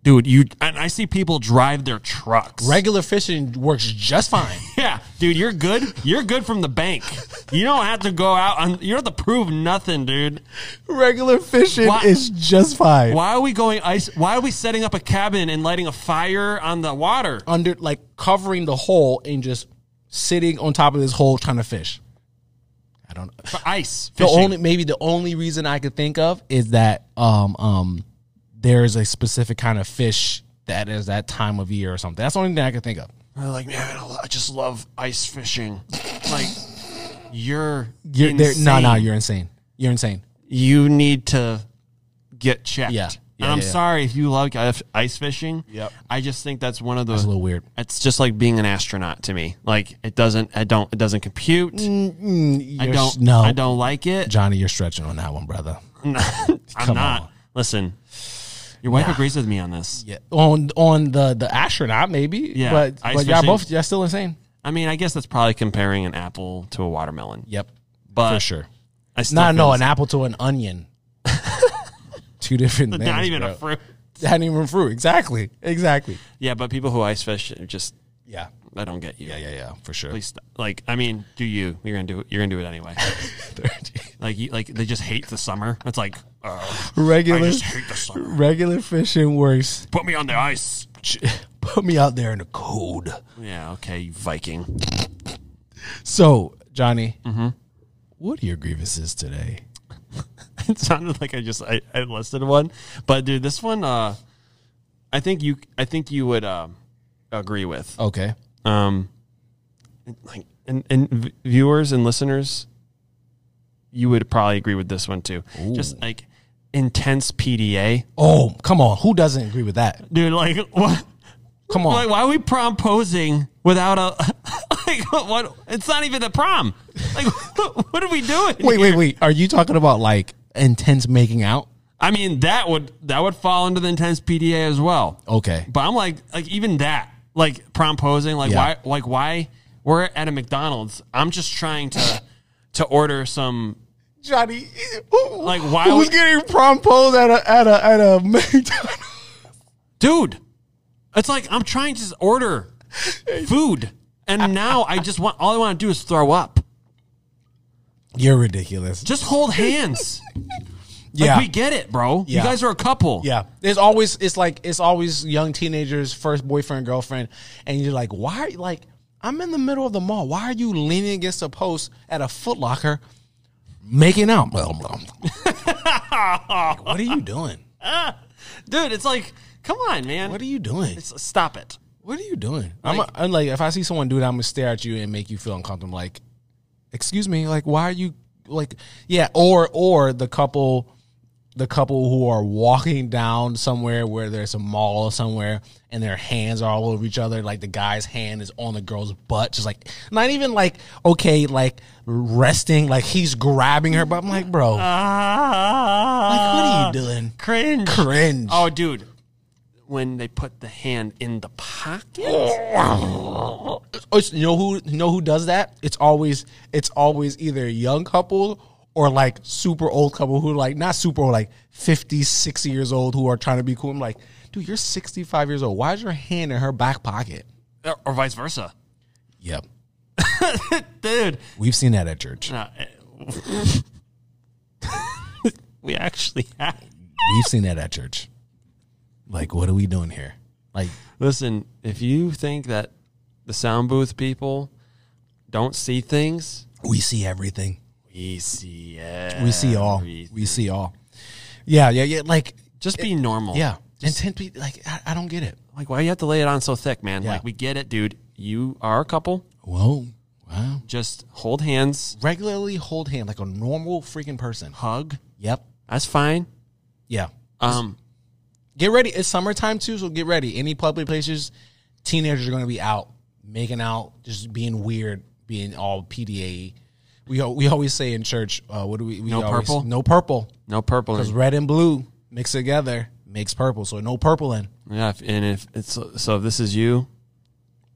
S1: Dude, you and I see people drive their trucks.
S2: Regular fishing works just fine.
S1: Yeah, dude, you're good. You're good from the bank. You don't have to go out on you don't have to prove nothing, dude.
S2: *laughs* regular fishing
S1: Why-
S2: is just fine.
S1: Why are we going ice why are we setting up a cabin and lighting a fire on the water?
S2: Under like covering the hole and just sitting on top of this hole trying to fish. I don't know.
S1: For ice
S2: The
S1: fishing.
S2: only maybe the only reason I could think of is that um um there is a specific kind of fish that is that time of year or something. That's the only thing I could think of.
S1: They're like, man, I lo- I just love ice fishing. Like you're
S2: You're, there- no, no,
S1: insane.
S2: you're insane. You're insane.
S1: you need to get checked.
S2: Yeah. Yeah,
S1: and I'm
S2: yeah, yeah.
S1: sorry if you like if- ice fishing.
S2: Yep.
S1: I just think that's one of
S2: It's
S1: those.
S2: a little weird.
S1: It's just like being an astronaut to me. Like it doesn't. I don't. It doesn't compute. I
S2: You're
S1: don't.
S2: s- No,
S1: I don't like it.
S2: Johnny, you're stretching on that one, brother.
S1: *laughs* I'm not.
S2: on.
S1: Listen, your wife agrees with me on this.
S2: Yeah. On on the the astronaut, maybe.
S1: Yeah,
S2: But
S1: ice
S2: but y'all
S1: fishing.
S2: both y'all still insane.
S1: I mean, I guess that's probably comparing an apple to a watermelon.
S2: Yep.
S1: but
S2: For sure.
S1: I still
S2: No,
S1: feel
S2: no,
S1: the
S2: an apple to an onion. *laughs* Two different
S1: same.
S2: things.
S1: not even
S2: bro.
S1: a fruit.
S2: *laughs* Not even fruit. Exactly. Exactly.
S1: Yeah, but people who ice fish are just
S2: Yeah.
S1: I don't get you.
S2: Yeah. Yeah. Yeah. For sure.
S1: Please, stop. like I mean, do you? You're gonna do it. You're gonna do it anyway. Like you, like they just hate the summer. It's like uh, I
S2: *laughs* regular
S1: just hate the summer.
S2: *laughs* regular fishing works.
S1: Put me on the ice.
S2: *laughs* Put me out there in the cold.
S1: Yeah, okay, you Viking. *laughs*
S2: So Johnny, what are your grievances today?
S1: It sounded like I just I, I listed one, but dude, this one uh, I think you I think you would uh, agree with
S2: Okay.
S1: um, like and and v- viewers and listeners, you would probably agree with this one too. Just like intense PDA,
S2: Oh, come on. Who doesn't agree with that?
S1: dude. Like what?
S2: Come on.
S1: Like, why are we promposing without a? *laughs* Like, what? It's not even a prom. Like, *laughs* what are we doing?
S2: wait, wait, wait. Are you talking about like intense making out?
S1: I mean, that would that would fall into the intense PDA as well.
S2: Okay.
S1: But I'm like, like even that, like promposing, like
S2: Yeah.
S1: why, like why we're at a McDonald's? I'm just trying to to order some.
S2: Johnny, who,
S1: Like, why
S2: who's
S1: would-
S2: getting promposed at a at a at a *laughs* McDonald's?
S1: Dude, it's like I'm trying to just order food, and now I just want all I want to do is throw up.
S2: You're ridiculous.
S1: Just hold hands.
S2: yeah.
S1: Like, we get it, bro.
S2: Yeah.
S1: You guys are a couple.
S2: yeah. There's always it's like it's always young teenagers, first boyfriend, girlfriend, and you're like, why are you like I'm in the middle of the mall. Why are you leaning against a post at a Foot Locker making out?
S1: *laughs*
S2: Like, what are you doing?
S1: Dude, it's like, come on, man.
S2: What are you doing?
S1: It's- Stop it.
S2: What are you doing? I'm, I'm like, if I see someone do that, I'm gonna stare at you and make you feel uncomfortable. Like, excuse me, like, why are you like, yeah, or or the couple, the couple who are walking down somewhere where there's a mall or somewhere, and their hands are all over each other. Like the guy's hand is on the girl's butt, just like not even like okay, like resting, like he's grabbing her, but I'm like, bro, like, what
S1: Ah,
S2: are you doing?
S1: Uh, Cringe.
S2: Cringe.
S1: Oh, dude. When they put the hand in the pocket,
S2: Oh, it's- you know who you know who does that? It's always it's always either a young couple or like super old couple who are like not super old, like 50, 60 years old who are trying to be cool. I'm like, dude, you're 65 years old. Why is your hand in her back pocket?
S1: or, or vice versa.
S2: Yep.
S1: dude.
S2: We've seen that at church.
S1: No,
S2: *laughs*
S1: eh, we actually have.
S2: We've seen that at church. Like, what are we doing here? Like,
S1: Listen, if you think that the sound booth people don't see things,
S2: we see everything.
S1: we see
S2: We see all. We see all. Yeah, yeah, yeah. Like,
S1: Just be normal.
S2: yeah. And ten people. Like, I, I don't get it.
S1: Like, why you have to lay it on so thick, man?
S2: Yeah.
S1: Like, we get it, dude. You are a couple.
S2: Whoa. Wow.
S1: Just hold hands,
S2: Regularly hold hand like a normal freaking person.
S1: hug.
S2: Yep.
S1: That's fine.
S2: Yeah.
S1: Um,
S2: get ready. It's summertime too, so get ready. Any public places, teenagers are going to be out making out, just being weird, being all PDA. E. We al- we always say in church, uh, what do we? we
S1: No
S2: always-
S1: purple? Mm.
S2: No purple.
S1: no purple.
S2: Because red and blue mixed together makes purple. So no purpling.
S1: Yeah, if, and if it's so, if this is you,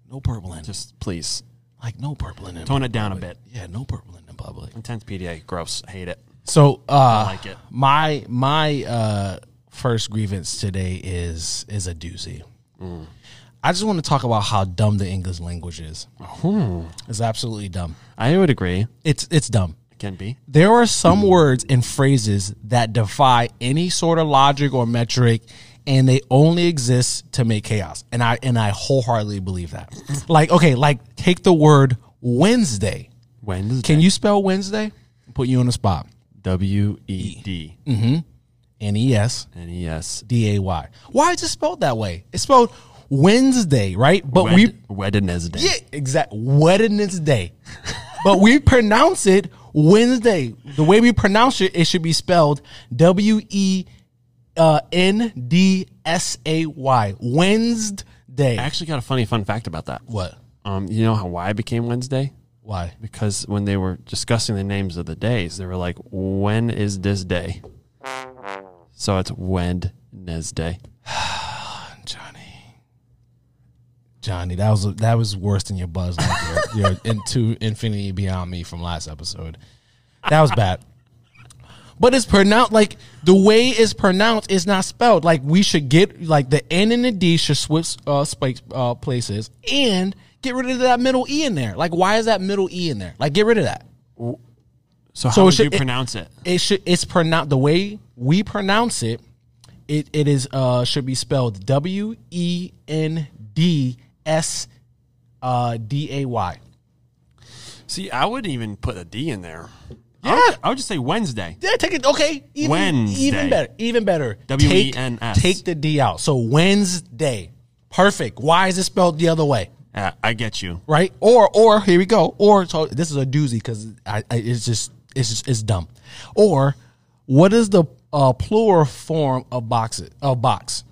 S2: No purpling. Just
S1: just please
S2: like no purpling. In
S1: tone it down a bit.
S2: yeah, no purpling in public.
S1: Intense PDA, gross. Hate it.
S2: So uh,
S1: like it.
S2: my my uh, first grievance today is is a doozy.
S1: Mm.
S2: I just want to talk about how dumb the English language is.
S1: Hmm.
S2: It's absolutely dumb.
S1: I would agree.
S2: It's it's dumb.
S1: It can be.
S2: There are some
S1: Hmm.
S2: words and phrases that defy any sort of logic or metric and they only exist to make chaos. And I and I wholeheartedly
S1: *laughs*
S2: believe that. like okay, like take the word Wednesday.
S1: When does
S2: Can you spell Wednesday? Put you on the spot.
S1: W E D
S2: N E S
S1: N E S
S2: D A Y. Why is it spelled that way? It's spelled Wednesday, right? But we
S1: Wednesday.
S2: yeah, exact Wednesday. but we pronounce it Wednesday. The way we pronounce it, it should be spelled W E uh, N D S A Y.
S1: I
S2: Wednesday.
S1: actually got a funny fun fact about that.
S2: What?
S1: Um, you know how why it became Wednesday?
S2: Why?
S1: Because when they were discussing the names of the days, they were like, "When is this day?" So it's Wednesday.
S2: Oh, Johnny. Johnny, that was that was worse than your buzz like your, *laughs* your into infinity beyond me from last episode. That was bad. But it's pronounced like the way it's pronounced is not spelled. Like we should get like the N and the D should switch uh, space, uh places and get rid of that middle E in there. Like why is that middle E in there? Like get rid of that.
S1: So how
S2: So it
S1: would
S2: should-
S1: you
S2: it-
S1: pronounce it?
S2: It should it's pronounced the way we pronounce it. It it is uh should be spelled W E N D S uh D A Y.
S1: See, I wouldn't even put a D in there.
S2: I would-
S1: I would just say Wednesday.
S2: Yeah, take it. Okay, even
S1: Wednesday.
S2: even better, even better.
S1: W E
S2: Take-
S1: N S.
S2: Take the D out. So Wednesday, perfect. Why is it spelled the other way?
S1: I get you.
S2: right? Or or here we go. Or so this is a doozy because I, I it's just it's just it's dumb. Or what is the uh, plural form of boxes of box?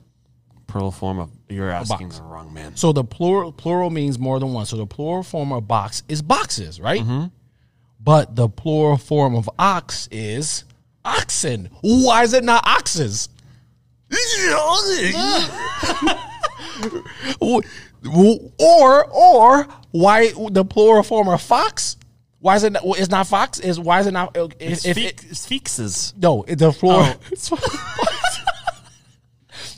S1: Plural form of you're asking the wrong man.
S2: So the plural plural means more than one. So the plural form of box is boxes, right? But the plural form of ox is oxen. Why is it not oxes? *laughs* or or why the plural form of fox? Why is it not, it's not fox? Is why is it not? If,
S1: It's
S2: if
S1: fe-
S2: it,
S1: it's fixes.
S2: no, the plural. *laughs*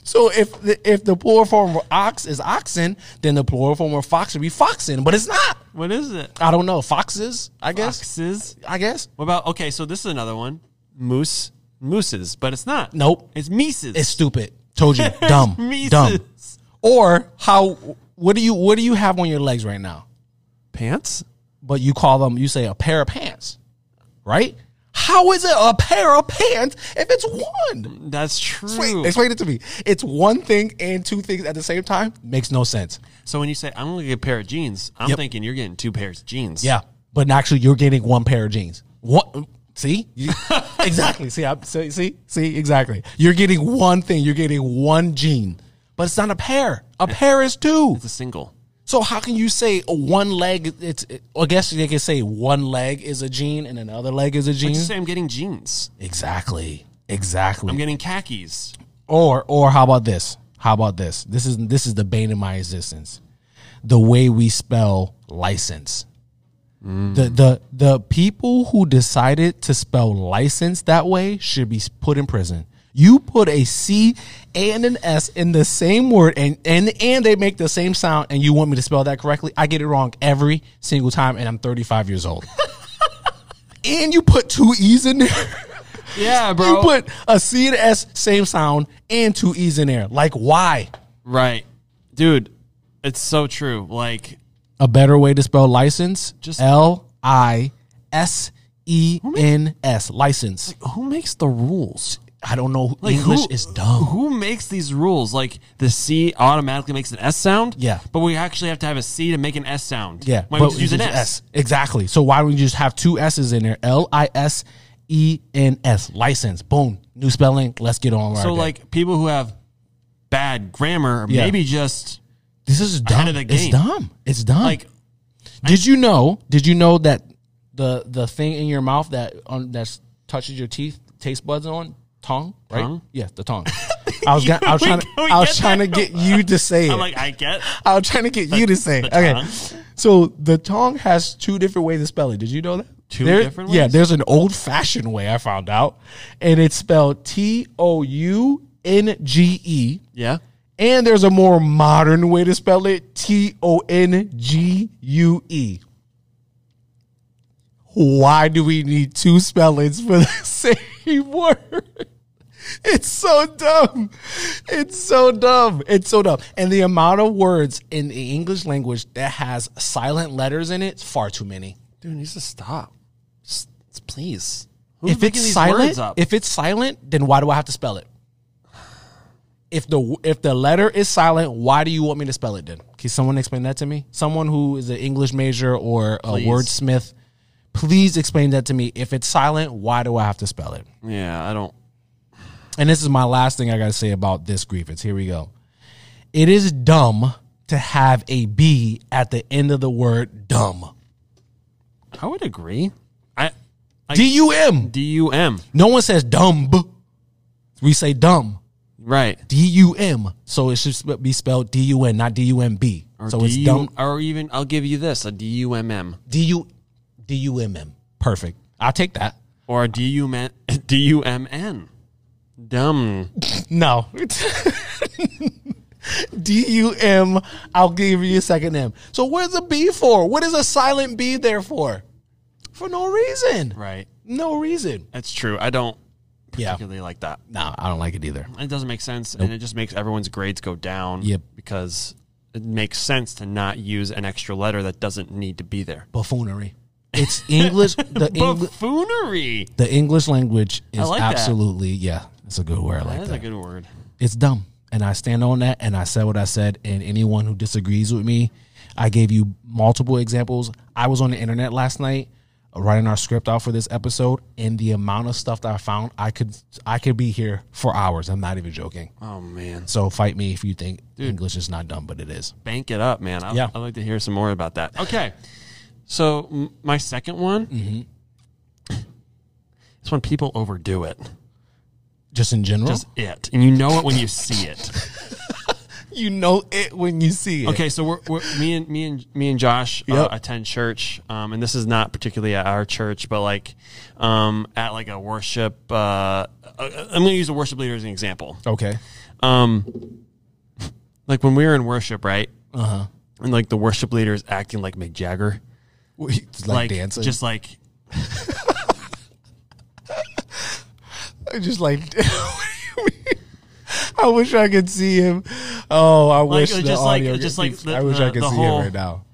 S2: So if the, if the plural form of ox is oxen, then the plural form of fox would be foxen, but it's not.
S1: What is it?
S2: I don't know. Foxes, I guess.
S1: Foxes.
S2: I guess.
S1: What about okay? So this is another one. Moose, mooses, but it's not.
S2: Nope.
S1: it's mises.
S2: It's stupid. Told you, dumb,
S1: Mises.
S2: dumb. Or how? What do you What do you have on your legs right now?
S1: pants.
S2: But you call them. You say a pair of pants, right? How is it a pair of pants if it's one?
S1: That's true.
S2: Explain, explain it to me. It's one thing and two things at the same time. Makes no sense.
S1: So when you say I'm gonna get a pair of jeans, I'm
S2: Yep.
S1: thinking you're getting two pairs of jeans.
S2: Yeah, but actually, you're getting one pair of jeans. What? See, You- exactly. See, I, see, see, see, exactly. You're getting one thing. You're getting one jean, but it's not a pair. A pair is two.
S1: it's a single.
S2: So how can you say a one leg? It's. It, I guess they can say one leg is a jean and another leg is a jean.
S1: Just say I'm getting jeans.
S2: Exactly. Exactly.
S1: I'm getting khakis.
S2: Or or how about this? How about this? This is this is the bane of my existence. The way we spell license. The the the people who decided to spell license that way should be put in prison. You put a C and an S in the same word, and and and they make the same sound, and you want me to spell that correctly? I get it wrong every single time, and I'm 35 years old. and you put two E's in there.
S1: Yeah,
S2: You put a C and S, same sound, and two E's in there. Like, why?
S1: right, dude. It's so true. Like,
S2: A better way to spell license?
S1: Just-
S2: Just L I S E N S. License.
S1: who makes the rules?
S2: I don't know.
S1: Like,
S2: English
S1: who-
S2: is dumb.
S1: Who makes these rules? Like the C automatically makes an S sound.
S2: Yeah.
S1: but we actually have to have a C to make an S sound.
S2: Yeah.
S1: why don't we
S2: but
S1: just use an
S2: it's
S1: S?
S2: Exactly. So why wouldn't you just have two S's in there? L I S E N S. License. Boom. New spelling. Let's get on.
S1: So like people who have bad grammar, or
S2: Yeah.
S1: maybe just
S2: this is
S1: ahead
S2: dumb.
S1: of the
S2: It's
S1: game.
S2: dumb. It's dumb.
S1: like
S2: Did you know? Did you know that the the thing in your mouth that on that touches your teeth, taste buds on tongue, right?
S1: Tongue?
S2: Yeah,
S1: *laughs*
S2: the tongue. I was, got, I was
S1: We-
S2: trying to,
S1: we
S2: I was
S1: get
S2: trying to
S1: that.
S2: get you to say it.
S1: I'm like I get
S2: I was trying to get you to say it.
S1: the
S2: Okay.
S1: tongue?
S2: So the tongue has two different ways to spell it. Did you know that?
S1: Two different
S2: Yeah,
S1: ways?
S2: there's an old fashioned way I found out, and it's spelled T O U N G E.
S1: yeah.
S2: And there's a more modern way to spell it T O N G U E. Why do we need two spellings for the *laughs* same word? It's so dumb. It's so dumb. It's so dumb. And the amount of words in the English language that has silent letters in it is far too many.
S1: Dude needs to stop. Just, please. Who's
S2: If it's
S1: making these
S2: silent,
S1: words up?
S2: if it's silent, then why do I have to spell it? If the if the letter is silent, why do you want me to spell it then? Can someone explain that to me? Someone who is an English major or a wordsmith, please explain that to me. If it's silent, why do I have to spell it?
S1: yeah, I don't.
S2: And this is my last thing I got to say about this grievance. Here we go. It is dumb to have a B at the end of the word dumb.
S1: I would agree. I
S2: D U M.
S1: D U M.
S2: No one says dumb. We say dumb.
S1: Right.
S2: D U M. So it should sp- be spelled D U N, not D U M B. So it's
S1: D-U-
S2: dumb.
S1: Or even I'll give you this a D U M M
S2: D U D U M M. Perfect. I'll
S1: *laughs*
S2: take that.
S1: or a D U M *laughs* D U M N. Dumb.
S2: No. *laughs* D U M. I'll give you a second M. So where's a B for? What is a silent B there for? For no reason.
S1: Right.
S2: No reason.
S1: That's true. I don't
S2: Yeah.
S1: particularly like that.
S2: No, I don't like it either.
S1: It doesn't make sense, and it just makes everyone's grades go down.
S2: Yep.
S1: Because it makes sense to not use an extra letter that doesn't need to be there.
S2: Buffoonery. It's
S1: *laughs*
S2: English. The English.
S1: Buffoonery.
S2: The English language is
S1: like that.
S2: absolutely yeah. It's a good word. I like
S1: That's
S2: that.
S1: a good word.
S2: it's dumb. And I stand on that and I said what I said. And anyone who disagrees with me, I gave you multiple examples. I was on the internet last night uh, writing our script out for this episode and the amount of stuff that I found, I could I could be here for hours. I'm not even joking.
S1: Oh man,
S2: So fight me if you think English is not dumb, but it is.
S1: bank it up, man. I,
S2: Yeah.
S1: I'd like to hear some more about that. Okay. *laughs* So m- my second one
S2: Mm-hmm.
S1: is when people overdo it.
S2: Just in general.
S1: Just it, and you know it when you see it.
S2: *laughs* you know it when you see it.
S1: Okay, so we're, we're me and me and me and Josh uh,
S2: Yep.
S1: attend church, um, and this is not particularly at our church, but like um, at like a worship. Uh, uh, I'm going to use a worship leader as an example.
S2: Okay.
S1: Um, like when we were in worship, right? Uh
S2: Uh-huh.
S1: huh. And like the worship leader is acting like Mick Jagger,
S2: Like,
S1: like,
S2: dancing.
S1: just like
S2: just like *laughs* I wish I could see him. Oh, I wish
S1: it
S2: the
S1: just like-
S2: audio.
S1: it just like the-
S2: I wish I
S1: the-
S2: could
S1: the
S2: see
S1: whole-
S2: him right now.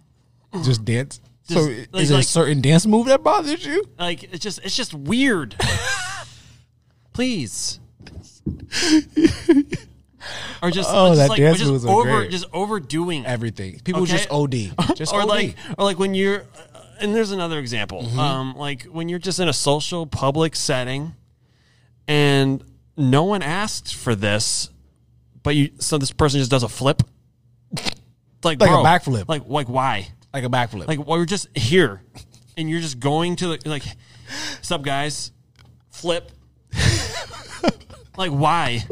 S2: Just dance.
S1: Just-
S2: so
S1: like-
S2: is there
S1: like-
S2: a certain dance move that bothers you?
S1: like it's just it's just
S2: *laughs*
S1: weird. Please. or just,
S2: Oh,
S1: just
S2: that
S1: like
S2: dance
S1: just
S2: moves are
S1: over
S2: great.
S1: just overdoing it.
S2: Everything. People
S1: Okay. *laughs*
S2: just OD. Just
S1: or
S2: OD.
S1: like or like when you're uh, and there's another example
S2: Mm-hmm.
S1: um like when you're just in a social public setting and no one asked for this but you so this person just does a flip like,
S2: Like a
S1: bro,
S2: backflip.
S1: like like why
S2: like a backflip.
S1: like why we're just here and you're just going to the, like sub guys flip like why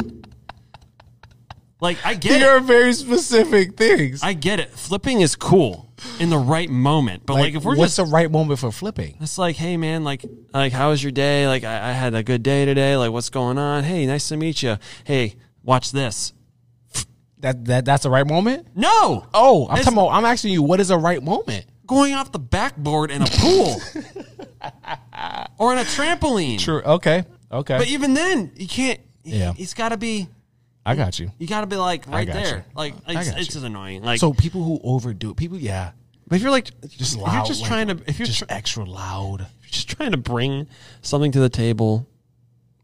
S1: like i get it.
S2: there are very specific things.
S1: I get it. Flipping is cool. in the right moment. But like, if we're
S2: what's
S1: just
S2: the right moment for flipping?
S1: it's like, hey man, like like how was your day? Like I, I had a good day today. Like what's going on? Hey, nice to meet you. Hey, watch this.
S2: That that that's the right moment.
S1: No,
S2: Oh, I'm
S1: It's-
S2: talking about. I'm asking you, what is the right moment?
S1: going off the backboard in a
S2: *laughs*
S1: pool or in a trampoline.
S2: True. Okay. Okay.
S1: But even then, you can't.
S2: Yeah.
S1: Yeah, it's got to be.
S2: I got you.
S1: You got to be like right
S2: got
S1: there.
S2: you.
S1: Like it's,
S2: got
S1: it's
S2: you.
S1: just annoying. Like
S2: So people who overdo it, people, yeah,
S1: but if you're like
S2: just
S1: if
S2: loud.
S1: you're just
S2: like,
S1: trying to if you're
S2: just
S1: tr-
S2: extra loud.
S1: if you're just trying to bring something to the table,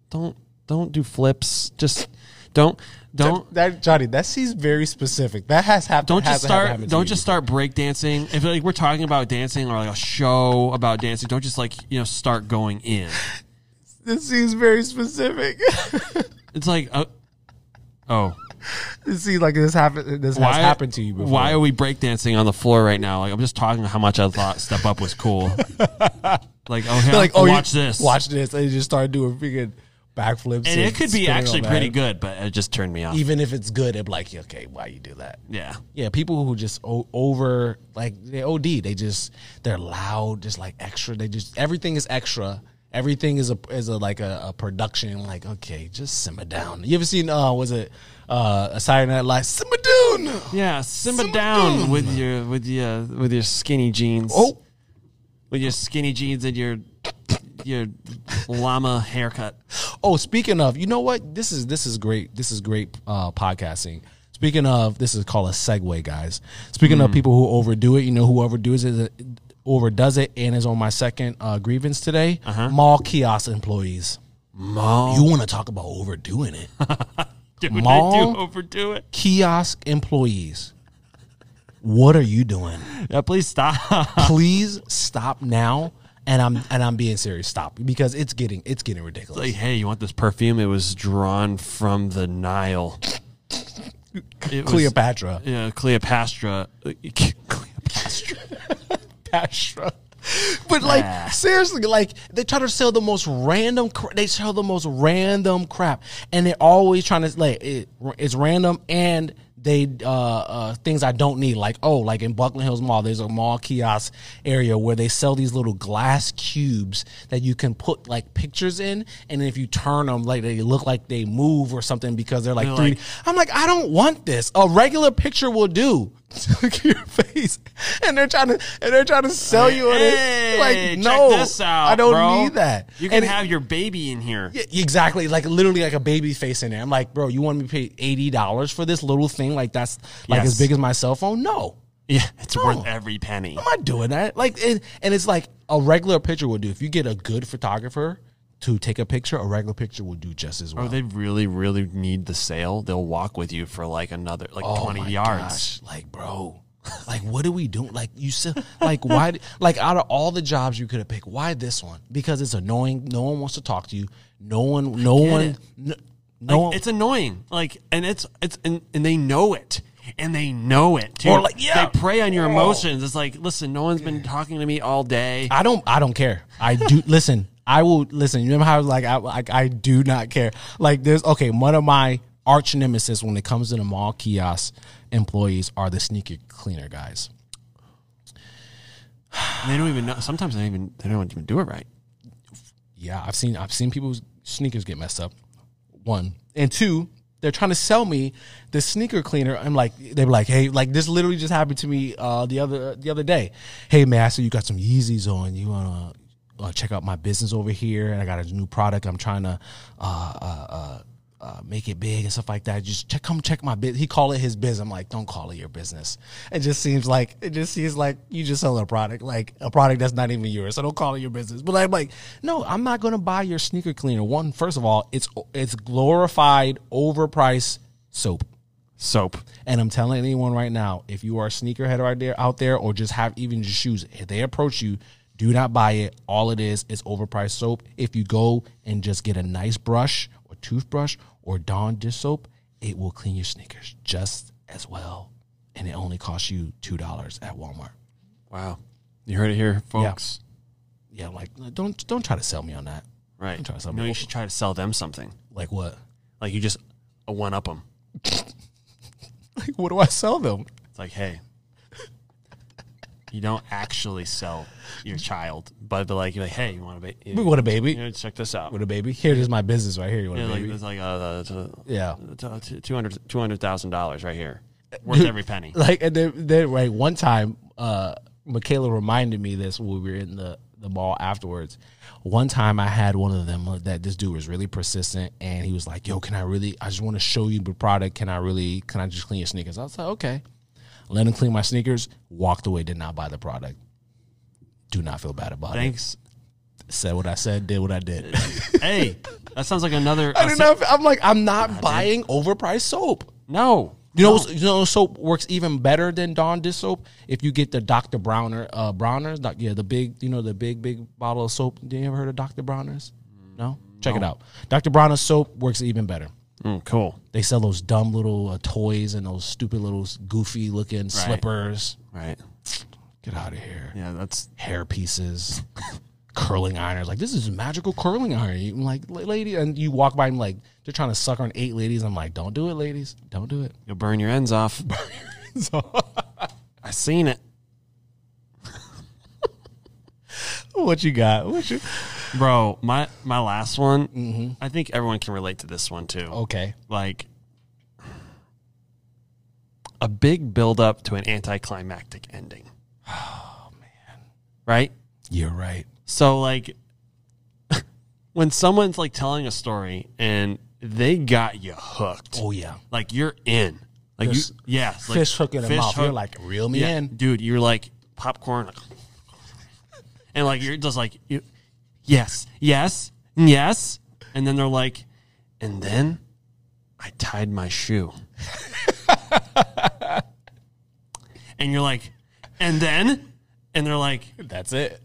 S1: don't don't do flips. Just don't don't
S2: That Johnny, that seems very specific. That has happened.
S1: don't just start don't just start breakdancing. If like we're talking about dancing or like a show about dancing, don't just like, you know, start going in.
S2: This seems very specific. *laughs*
S1: It's like uh, oh,
S2: it seems like this happened. This
S1: why
S2: has happened to you before.
S1: Why are we breakdancing on the floor right now? Like I'm just talking how much I thought step up was
S2: *laughs*
S1: cool. like oh, yeah,
S2: They're
S1: like,
S2: like, oh,
S1: watch
S2: you-
S1: this.
S2: Watch this. And you just start doing freaking backflips.
S1: and it could be
S2: spinning on
S1: actually
S2: that.
S1: pretty good, but it just turned me off.
S2: Even if it's good, it'd be like, okay, why you do that?
S1: Yeah.
S2: Yeah, people who just o- over like they OD. They just they're loud, just like extra. They just everything is extra. Everything is a is a like a, a production. Like okay, just simmer down. You ever seen uh was it uh a Saturday Night Live? Simmer down.
S1: Yeah, simmer
S2: Simmer
S1: down,
S2: down.
S1: with your with your with your skinny jeans.
S2: Oh,
S1: with your skinny jeans and your your llama
S2: *laughs*
S1: haircut.
S2: Oh, speaking of, you know what? This is this is great. This is great uh, podcasting. Speaking of, this is called a segue, guys. Speaking
S1: Hmm.
S2: of people who overdo it, you know who overdoes it, overdoes it, and is on my second uh, grievance today. Mall kiosk employees.
S1: Uh-huh. Mall,
S2: You want to talk about overdoing it? *laughs*
S1: dude,
S2: mall?
S1: they do overdo it.
S2: kiosk employees. What are
S1: *laughs*
S2: you doing?
S1: Yeah, please stop. *laughs*
S2: Please stop now. And I'm and I'm being serious. Stop because it's getting it's getting ridiculous.
S1: like, hey, you want this perfume? It was drawn from the Nile. It was-
S2: Cleopatra.
S1: yeah, Cleopatra. *laughs* Cleopatra.
S2: Astra. *laughs* But like seriously, like they try to sell the most random. Cr- they sell the most random crap, and they're always trying to like it, it's random and they uh, uh things I don't need. Like oh, like in Buckland Hills Mall, there's a mall kiosk area where they sell these little glass cubes that you can put like pictures in, and if you turn them, like they look like they move or something because they're like
S1: They're
S2: three.
S1: like-
S2: I'm like, I don't want this. A regular picture will do. *laughs* Look at your face, and they're trying to and they're trying to sell you on
S1: Hey,
S2: it. Like,
S1: check
S2: no,
S1: this out,
S2: I don't
S1: bro.
S2: need that.
S1: You can
S2: And it-
S1: have your baby in here.
S2: Yeah, exactly, like literally, like a baby face in there. I'm like, bro, you want me to pay eighty dollars for this little thing? Like that's like
S1: Yes.
S2: as big as my cell phone? No,
S1: Yeah, it's worth every penny.
S2: I'm not doing that. Like, and, and it's like a regular picture will do. If you get a good photographer to take a picture, a regular picture will do just as well.
S1: Or they really, really need the sale. They'll walk with you for like another like
S2: Oh
S1: twenty
S2: my
S1: yards.
S2: gosh, Like, bro, *laughs* like, what are we doing? Like, you said, like, why? d- Like, out of all the jobs you could have picked, why this one? Because it's annoying. No one wants to talk to you. No one. No one.
S1: it.
S2: No, no
S1: Like,
S2: one.
S1: it's annoying. Like, and it's it's and, and they know it, and they know it. Dude.
S2: Or like, yeah.
S1: they prey on your
S2: Oh.
S1: emotions. It's like, listen, no one's been talking to me all day.
S2: I don't. I don't care. I do. *laughs* listen. I will listen. You remember how like I like I do not care. Like there's okay. One of my arch nemesis when it comes to the mall kiosk employees are the sneaker cleaner guys.
S1: And they don't even know. Sometimes they don't even they don't even do it right.
S2: yeah, I've seen I've seen people's sneakers get messed up. One and two, they're trying to sell me the sneaker cleaner. I'm like, they're like, hey, like this literally just happened to me uh, the other the other day. Hey man, I saw you got some Yeezys on. You wanna uh, check out my business over here? And I got a new product. I'm trying to. Uh, uh, uh, uh, make it big and stuff like that. Just check, come check my biz. He call it his biz. I'm like, don't call it your business. It just seems like it just seems like you just selling a product, like a product that's not even yours. So don't call it your business. But I'm like, no, I'm not gonna buy your sneaker cleaner. One, first of all, it's it's glorified overpriced soap.
S1: Soap.
S2: And I'm telling anyone right now, if you are a sneakerhead right there out there, or just have even just shoes, if they approach you, do not buy it. All it is is overpriced soap. If you go and just get a nice brush or toothbrush or Dawn dish soap, it will clean your sneakers just as well. And it only costs you two dollars at Walmart.
S1: Wow, you heard it here, folks.
S2: Yeah, like don't don't try to sell me on that.
S1: Right.
S2: trying to sell
S1: no,
S2: me-
S1: you should try to sell them something.
S2: Like what? *laughs*
S1: Like you just one up them.
S2: Like what do I sell them?
S1: It's like, hey, You don't actually sell your child, but but like you're like, hey, you want a baby?
S2: We want a
S1: You
S2: baby.
S1: know, check this out.
S2: With a baby. Here is my business right here. You want
S1: Yeah,
S2: a
S1: like,
S2: baby?
S1: it's like uh,
S2: yeah.
S1: uh, two hundred two hundred thousand dollars right
S2: *laughs*
S1: here, worth
S2: Dude.
S1: every penny.
S2: Like and then, then like one time, uh, Michaela reminded me this when we were in the the mall afterwards. One time I had one of them uh, that this dude was really persistent and he was like, "Yo, can I really? I just want to show you the product. Can I really? Can I just clean your sneakers?" I was like, "Okay." Let him clean my sneakers. Walked away. Did not buy the product. Do not feel bad about
S1: Thanks.
S2: it. Said what I said. Did what I did.
S1: hey, that sounds like another.
S2: *laughs* I did not, I'm like, I'm not buying overpriced soap.
S1: No,
S2: You know, what's- you know, soap works even better than Dawn dish soap if you get the Dr. Browner, uh, Browner's, doc- yeah, the big, you know, the big, big bottle of soap. Did you ever heard of Dr. Browner's? No, check it out. Dr. Browner's soap works even better.
S1: Mm, cool.
S2: They sell those dumb little uh, toys and those stupid little goofy looking slippers.
S1: Right.
S2: Get out of here.
S1: Yeah, that's
S2: Hair pieces, *laughs* curling irons. Like this is a magical curling iron. You- I'm like, "La- lady, and you walk by and like they're trying to sucker on eight ladies. I'm like, don't do it, ladies. Don't do it. *laughs*
S1: you'll burn your ends off. I seen it,
S2: What you got? What you?
S1: bro. My my last one.
S2: Mm-hmm.
S1: I think everyone can relate to this one too.
S2: Okay.
S1: Like a big build up to an anticlimactic
S2: *sighs*
S1: ending. Oh man. Right.
S2: You're right.
S1: So like *laughs* when someone's like telling a story and they got you hooked.
S2: Oh yeah.
S1: Like you're in. Like
S2: Just
S1: you yeah, like
S2: fish hook in the
S1: fish
S2: mouth. You're
S1: hook-
S2: like, reel me
S1: yeah,
S2: in.
S1: dude, you're like popcorn like, *laughs* and like you're just like you, yes, yes, yes. And then they're like and then I tied my shoe. *laughs* and you're like and then and they're like
S2: That's it.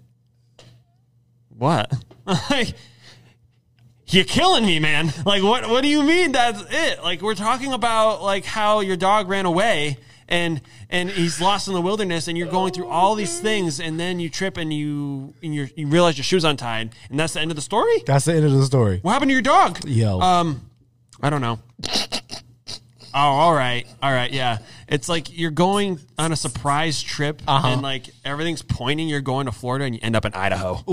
S1: what? like, *laughs* you're killing me, man. Like, what? What do you mean? That's it? Like, we're talking about like how your dog ran away and and he's lost in the wilderness, and you're going through all these things, and then you trip and you and you you realize your shoes untied, and that's the end of the story.
S2: That's the end of the story.
S1: What happened to your dog?
S2: Yo.
S1: Um, I don't know. Oh, all right, all right, yeah. It's like you're going on a surprise trip,
S2: Uh-huh.
S1: and like everything's pointing you're going to Florida, and you end up in Idaho.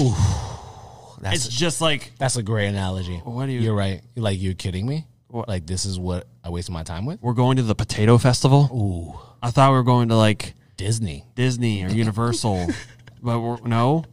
S2: that's
S1: It's just like
S2: that's a great analogy.
S1: What do you-
S2: You're right. You're Like you're kidding me. Like this is what I wasted my time with.
S1: we're going to the potato festival.
S2: Ooh,
S1: I thought we were going to like
S2: Disney.
S1: Disney or
S2: *laughs*
S1: Universal, but we're, no.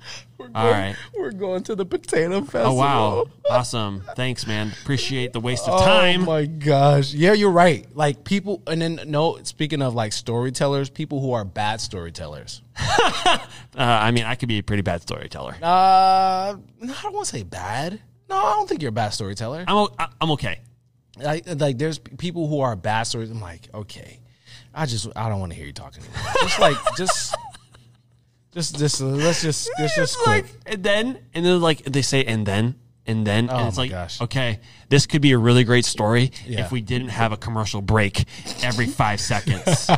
S1: All right.
S2: We're going to the potato festival.
S1: Oh wow, awesome! Thanks, man. Appreciate the waste of time.
S2: Oh my gosh. Yeah, you're right. Like people and then no, speaking of like storytellers, people who are bad storytellers.
S1: Uh, I mean, I could be a pretty bad storyteller.
S2: Uh no, I don't want to say bad. No, I don't think you're a bad storyteller.
S1: I'm o- I- I'm okay.
S2: like like there's people who are bastards. I'm like, okay, I just I don't want to hear you talking. Anymore. Just like just just just uh, let's just *laughs* let's just
S1: It's
S2: quit.
S1: like and then and then like they say and then and then and it's
S2: Oh my
S1: like
S2: gosh.
S1: okay, this could be a really great story
S2: Yeah.
S1: if we didn't have a commercial break every five
S2: *laughs*
S1: seconds.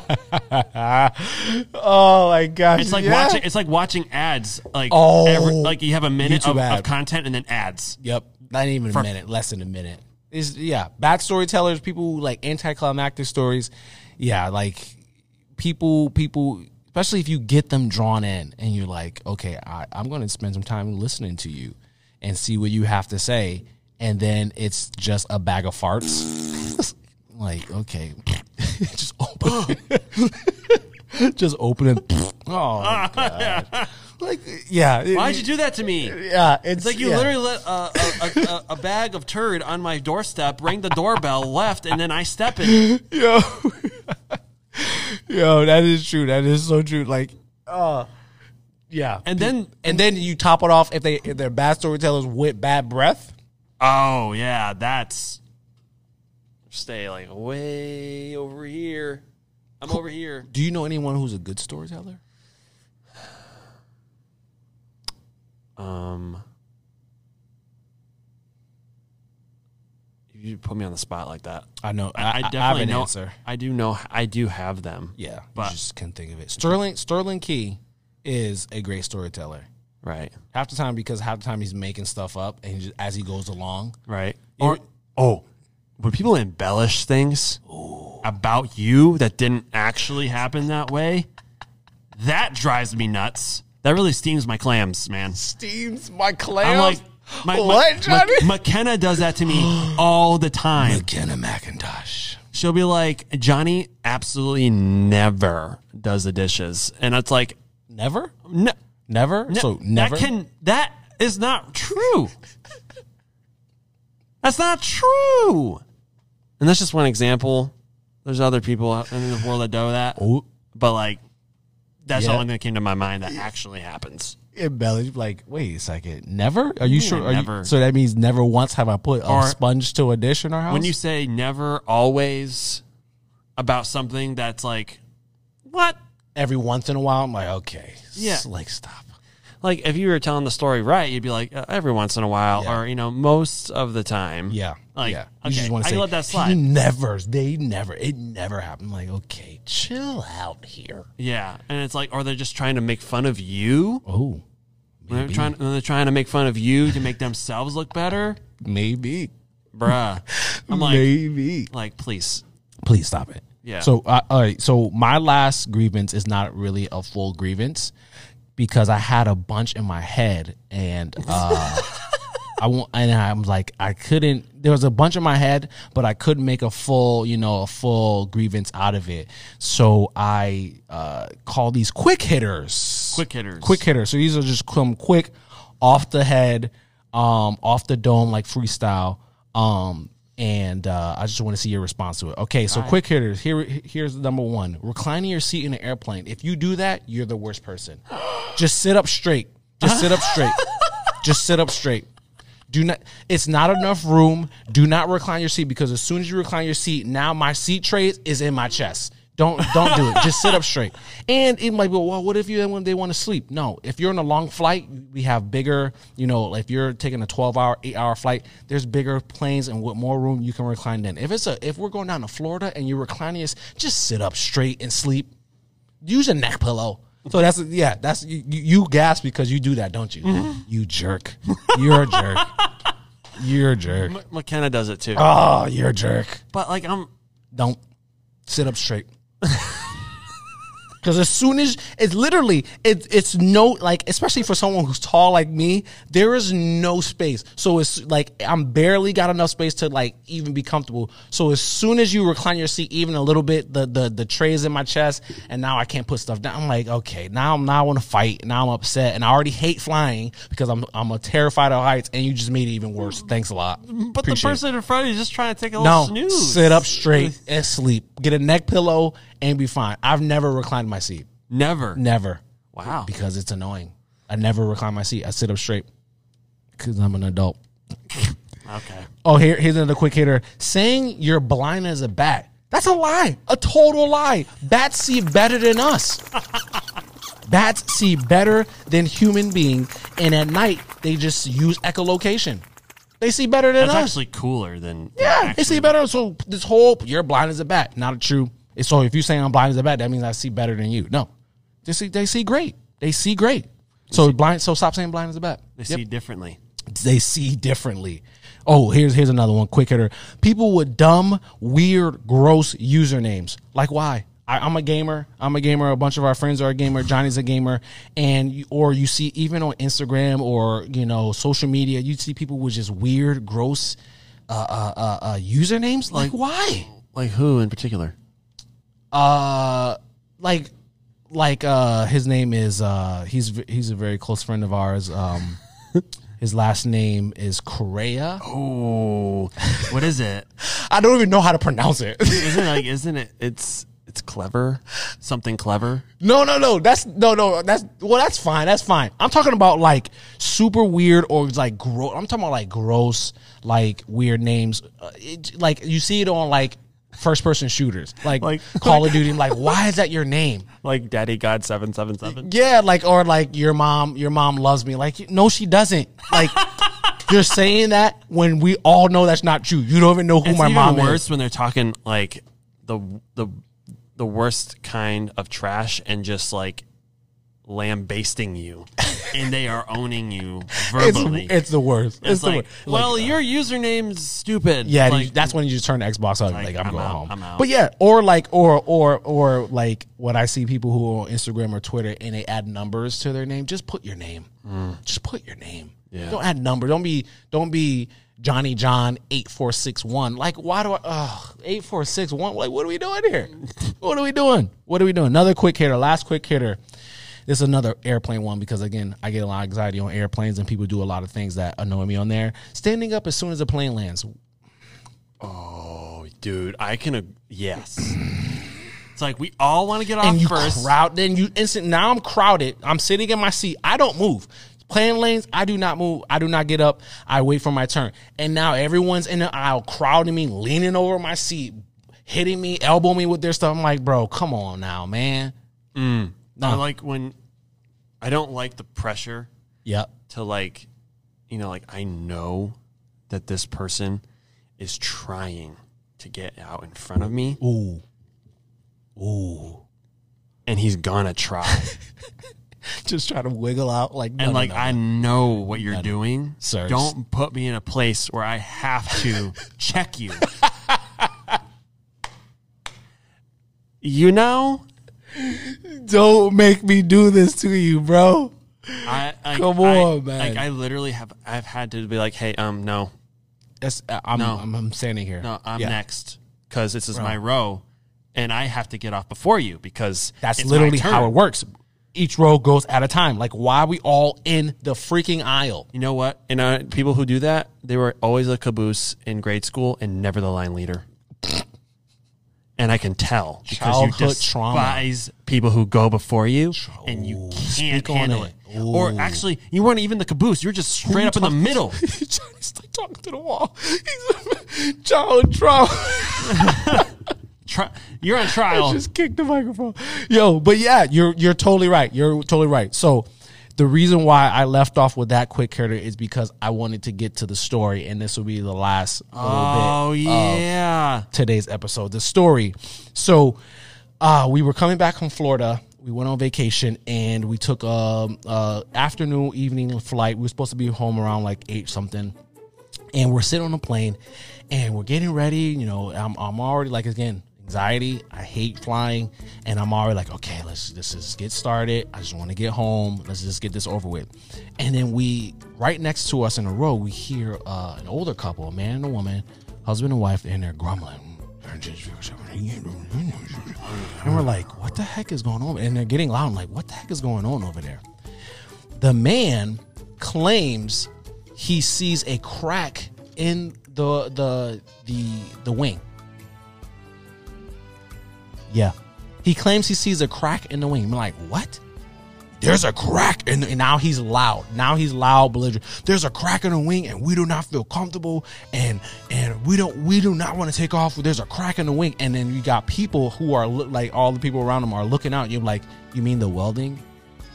S2: oh my gosh,
S1: It's like
S2: yeah.
S1: watching. It's like watching ads. Like
S2: Oh,
S1: every, like you have a minute
S2: YouTube
S1: of, of
S2: ad.
S1: content and then ads.
S2: Yep, not even a minute, less than a minute. Is yeah, bad storytellers, people who like anticlimactic stories. Yeah, like people people. Especially if you get them drawn in and you're like, okay, I, I'm going to spend some time listening to you and see what you have to say. And then it's just a bag of farts. *laughs* like okay *laughs* just open *laughs* just open it *laughs* oh God. like yeah it-
S1: Why'd you do that to me? It's
S2: yeah it's,
S1: like you
S2: yeah.
S1: literally let uh, a, a, a, a bag of turd on my doorstep, rang the doorbell, left, and then I step in.
S2: yo yo that is true that is so true like uh yeah
S1: And then,
S2: and then you top it off if they if they're bad storytellers with bad breath
S1: oh yeah, that's stay like way over here. I'm over here.
S2: do you know anyone who's a good storyteller
S1: Um, you put me on the spot like that.
S2: i know
S1: I, definitely
S2: have an
S1: know.
S2: answer
S1: I do know. I do have them.
S2: yeah
S1: But-
S2: but just can't think of it sterling sterling key is a great storyteller
S1: Right.
S2: half the time because half the time he's making stuff up and he just, as he goes along.
S1: Right. Or oh, when people embellish things about you that didn't actually happen that way, That drives me nuts. That really steams my clams, man.
S2: Steams my
S1: I'm
S2: clams.
S1: like, my, my-
S2: what,
S1: my-
S2: Johnny?
S1: McKenna does that to *gasps* me all the time.
S2: McKenna McIntosh.
S1: She'll be like, Johnny absolutely never does the dishes. And it's like,
S2: Never?
S1: no,
S2: Never?
S1: no,
S2: so never?
S1: That, can, that is not true. that's not true. And that's just one example. There's other people out in the world that do that.
S2: oh,
S1: But like, that's the
S2: Yeah.
S1: only thing that came to my mind that actually happens.
S2: embellish. Like, wait a second. Never? Are you sure? Are you-
S1: Hmm, never.
S2: so that means never once have I put a
S1: Or-
S2: sponge to a dish in our house?
S1: When you say never, always about something that's like, what?
S2: Every once in a while, I'm like, okay.
S1: Yeah.
S2: S- Like, stop.
S1: Like, if you were telling the story right, you'd be like, uh, every once in a while,
S2: Yeah.
S1: or, you know, most of the time.
S2: Yeah.
S1: Like,
S2: yeah.
S1: okay,
S2: wanna
S1: I let that
S2: He
S1: slide.
S2: never, they never, it never happened. Like, okay, chill out here.
S1: Yeah. And it's like, or they're just trying to make fun of you.
S2: Oh,
S1: They're trying, they're trying to make fun of you to make themselves look better.
S2: maybe.
S1: Bruh. I'm like,
S2: maybe.
S1: like, please.
S2: Please stop it.
S1: Yeah.
S2: So, uh, all right. So, my last grievance is not really a full grievance because I had a bunch in my head
S1: *laughs*
S2: and, uh, I won't, and I'm like, I couldn't. There was a bunch in my head, but I couldn't make a full, you know, a full grievance out of it. So I uh, call these quick hitters.
S1: Quick hitters.
S2: Quick hitters. So these are just some quick, off the head, um, off the dome, like freestyle. Um, and uh, I just want to see your response to it. Okay, so quick hitters. Here, here's the number one: reclining your seat in an airplane. If you do that, you're the worst person. Just sit up straight. Just sit up straight.
S1: *laughs*
S2: Just sit up straight. Do not. It's not enough room. Do not recline your seat because as soon as you recline your seat, now my seat tray is in my chest. Don't don't do it. Just sit up straight. And it might be well. What if you when they want to sleep? No. If you're on a long flight, we have bigger. You know, like if you're taking a twelve hour, eight hour flight, there's bigger planes and with more room you can recline. in. if it's a if we're going down to Florida and you're reclining, it's just sit up straight and sleep use a neck pillow. So that's yeah, that's you, you you gasp because you do that, don't you? You jerk. You're a jerk. You're a jerk. *laughs*
S1: M- McKenna does it too.
S2: Oh, you're a jerk.
S1: but like, I'm,
S2: Don't sit up straight. *laughs* Cause as soon as it's literally it, it's no like especially for someone who's tall like me, there is no space. So it's like I'm barely got enough space to like even be comfortable. So as soon as you recline your seat even a little bit, the the the tray is in my chest, and now I can't put stuff down. I'm like, okay, now I'm now I want to fight. Now I'm upset, and I already hate flying because I'm I'm a terrified of heights, and you just made it even worse. Thanks a lot.
S1: but the person in front of you is just trying to take a little
S2: No,
S1: snooze.
S2: sit up straight and sleep. Get a neck pillow and be fine. I've never reclined my seat.
S1: Never.
S2: Never.
S1: Wow.
S2: Because it's annoying. I never recline my seat. I sit up straight because I'm an adult.
S1: Okay.
S2: Oh, here, here's another quick hitter. Saying you're blind as a bat. That's a lie. A total lie. Bats see better than us. *laughs* Bats see better than human being, and at night they just use echolocation. They see better than
S1: That's
S2: us.
S1: actually cooler than
S2: Yeah,
S1: actually
S2: they see better. So this whole you're blind as a bat, not true. It's so if you say I'm blind as a bat, that means I see better than you. No, they see they see great. They see great. So blind. So stop saying blind as a bat.
S1: They see differently.
S2: They see differently. Oh, here's here's another one. Quick hitter. People with dumb, weird, gross usernames. Like why? I, I'm a gamer. I'm a gamer. A bunch of our friends are a gamer. Johnny's a gamer, and you, or you see even on Instagram or you know social media, you see people with just weird, gross uh, uh, uh, uh, usernames. Like, why?
S1: Like who in particular?
S2: Uh, like, like uh, his name is uh, he's v- he's a very close friend of ours. *laughs* Um, his last name is Correa.
S1: Oh, what is it?
S2: I don't even know how to pronounce it. *laughs*
S1: Isn't it like? Isn't it? It's it's clever. Something clever.
S2: no, no, no. That's no, no. That's well, that's fine. That's fine. I'm talking about like super weird or like gross. I'm talking about like gross, like weird names. Uh, it, like you see it on like first person shooters, like,
S1: Like- *laughs*
S2: Call of Duty. Like, why is that your name?
S1: Like Daddy God seven seven seven.
S2: Yeah, like or like your mom, your mom loves me. Like no, she doesn't. Like *laughs* you're saying that when we all know that's not true. You don't even know who
S1: It's
S2: my
S1: even
S2: mom
S1: worse
S2: is.
S1: when they're talking like the the the worst kind of trash and just like lambasting you. and they are owning you
S2: It's,
S1: verbally.
S2: it's the worst. It's,
S1: It's
S2: the
S1: like,
S2: worst.
S1: well, your username's stupid.
S2: Yeah,
S1: Like,
S2: you- that's when you just turn the Xbox off. Like, I'm,
S1: I'm
S2: going
S1: out,
S2: home.
S1: I'm out.
S2: But yeah, or like, or or or like what I see people who are on Instagram or Twitter and they add numbers to their name. Just put your name.
S1: Mm.
S2: Just put your name. Don't add number. Don't be don't be Johnny John eight four six one. Like, why do I? Ugh, eight four six one. Like, what are we doing
S1: *laughs*
S2: here? what are we doing? What are we doing? Another quick hitter. Last quick hitter. This is another airplane one because again, I get a lot of anxiety on airplanes and people do a lot of things that annoy me on there. Standing up as soon as the plane lands.
S1: oh, dude, I can. ag- Yes, it's like we all want to get off
S2: and you
S1: first.
S2: crowd. Then you instant. Now I'm crowded. I'm sitting in my seat. I don't move. Playing lanes, I do not move. I do not get up. I wait for my turn. And now everyone's in the aisle, crowding me, leaning over my seat, hitting me, elbowing me with their stuff. I'm like, bro, come on now, man.
S1: I like when I don't like the pressure
S2: Yep.
S1: to like, you know, like I know that this person is trying to get out in front of me,
S2: Ooh. Ooh.
S1: and he's gonna *laughs* try.
S2: Just try to wiggle out like no,
S1: and
S2: no,
S1: like
S2: no.
S1: I know what you're doing.
S2: Sir,
S1: Don't put me in a place where I have *laughs* to check you. you know,
S2: don't make me do this to you, bro.
S1: I like,
S2: Come
S1: I-
S2: on, man.
S1: Like I literally have I've had to be like, "Hey, um no.
S2: That's I'm
S1: No.
S2: I'm, I'm standing here.
S1: No, I'm
S2: Yeah.
S1: next cuz this is my row and I have to get off before you because
S2: That's
S1: it's my
S2: literally
S1: turn."
S2: how it works. Each row goes at a time. Like, why are we all in the freaking aisle?
S1: You know what? And uh, people who do that, they were always a caboose in grade school and never the line leader. And I can tell because you
S2: Childhood trauma.
S1: despise people who go before you, and you can't
S2: on
S1: handle
S2: it.
S1: it. Or actually, you weren't even the caboose; you're just straight up in the
S2: *laughs*
S1: middle.
S2: Johnny's like talking to the wall. He's *laughs* a child trauma. *laughs*
S1: Tri- you're on *laughs* trial.
S2: just kicked the microphone. Yo, but yeah, you're you're totally right. You're totally right. So the reason why I left off with that quick hitter is because I wanted to get to the story, and this will be the last little
S1: oh
S2: bit
S1: yeah,
S2: today's episode, the story. So, uh, we were coming back from Florida. We went on vacation and we took a, a afternoon evening flight. We were supposed to be home around like eight something, and we're sitting on the plane, and we're getting ready. You know, I'm I'm already like again anxiety. I hate flying, and I'm already like, okay, let's let's just get started. I just want to get home. Let's just get this over with. And then we right next to us in a row, we hear uh, an older couple, a man and a woman, husband and wife, and they're grumbling. And we're like, what the heck is going on? And they're getting loud. I'm like, what the heck is going on over there? The man claims he sees a crack in the the the the wing. Yeah. He claims he sees a crack in the wing. I'm like, what? There's a crack in the, and now he's loud. Now he's loud, belligerent. There's a crack in the wing, and we do not feel comfortable, and and we don't we do not want to take off. There's a crack in the wing, and then you got people who are look like all the people around them are looking out. You're like, you mean the welding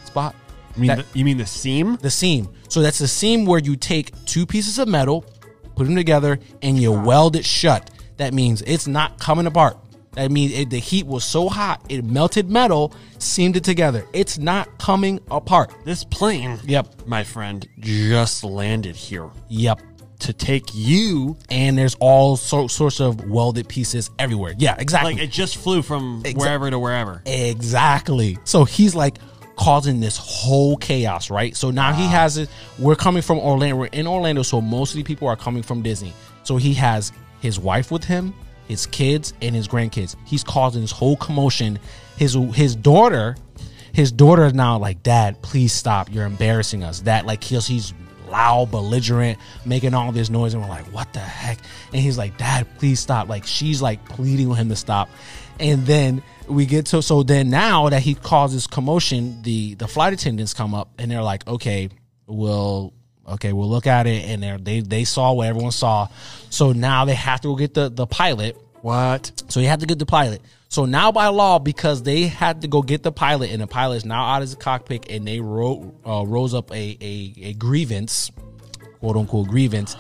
S2: spot?
S1: You mean
S2: That-
S1: the, you mean the seam?
S2: the seam. So that's the seam where you take two pieces of metal, put them together, and you weld it shut. That means it's not coming apart. That means it, the heat was so hot, it melted metal, seamed it together. It's not coming apart.
S1: This plane,
S2: Yep.
S1: my friend, just landed here
S2: Yep.
S1: to take you.
S2: And there's all so, sorts of welded pieces everywhere. Yeah, exactly.
S1: Like it just flew from wherever to wherever.
S2: Exactly. So he's like causing this whole chaos, right? So now he has it. We're coming from Orlando. We're in Orlando, so most of the people are coming from Disney. So he has his wife with him, his kids, and his grandkids. He's causing this whole commotion. His his daughter, his daughter is now like, Dad, please stop. You're embarrassing us. That like he's he's loud, belligerent, making all this noise, and we're like, what the heck? And he's like, Dad, please stop. Like she's like pleading with him to stop. And then we get to so then now that he causes commotion, the the flight attendants come up and they're like, okay, we'll okay, we'll look at it, and they're, they they saw what everyone saw, so now they have to go get the the pilot.
S1: What?
S2: So you have to get the pilot. So now by law, because they had to go get the pilot, and the pilot is now out of the cockpit, and they ro- uh, rose up a, a a grievance, quote unquote grievance.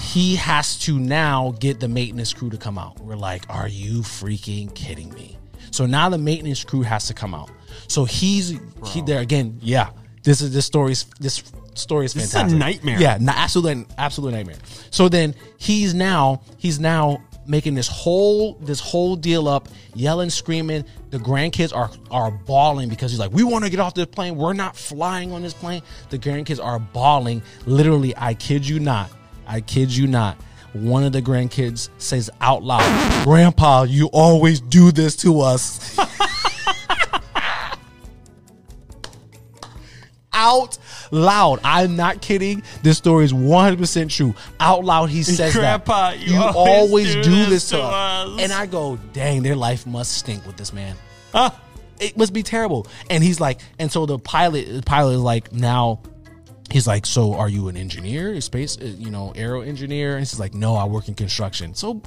S2: He has to now get the maintenance crew to come out. We're like, are you freaking kidding me? So now the maintenance crew has to come out. So he's he there again. Yeah, This is this story's this story is
S1: This is a
S2: fantastic.
S1: nightmare.
S2: Yeah, n- absolute absolute nightmare. So then he's now he's now making this whole this whole deal up, yelling, screaming. The grandkids are are bawling because he's like, "We want to get off this plane. We're not flying on this plane." The grandkids are bawling. Literally, I kid you not. I kid you not. One of the grandkids says out loud, "Grandpa, you always do this to us." out loud. I'm not kidding. This story is 100% true. Out loud, he says
S1: Grandpa,
S2: that.
S1: you always do this to us.
S2: And I go, dang, their life must stink with this man. It must be terrible. And he's like, and so the pilot, the pilot is like, now he's like, so are you an engineer, a space, uh, you know, aero engineer? And she's like, no, I work in construction. So,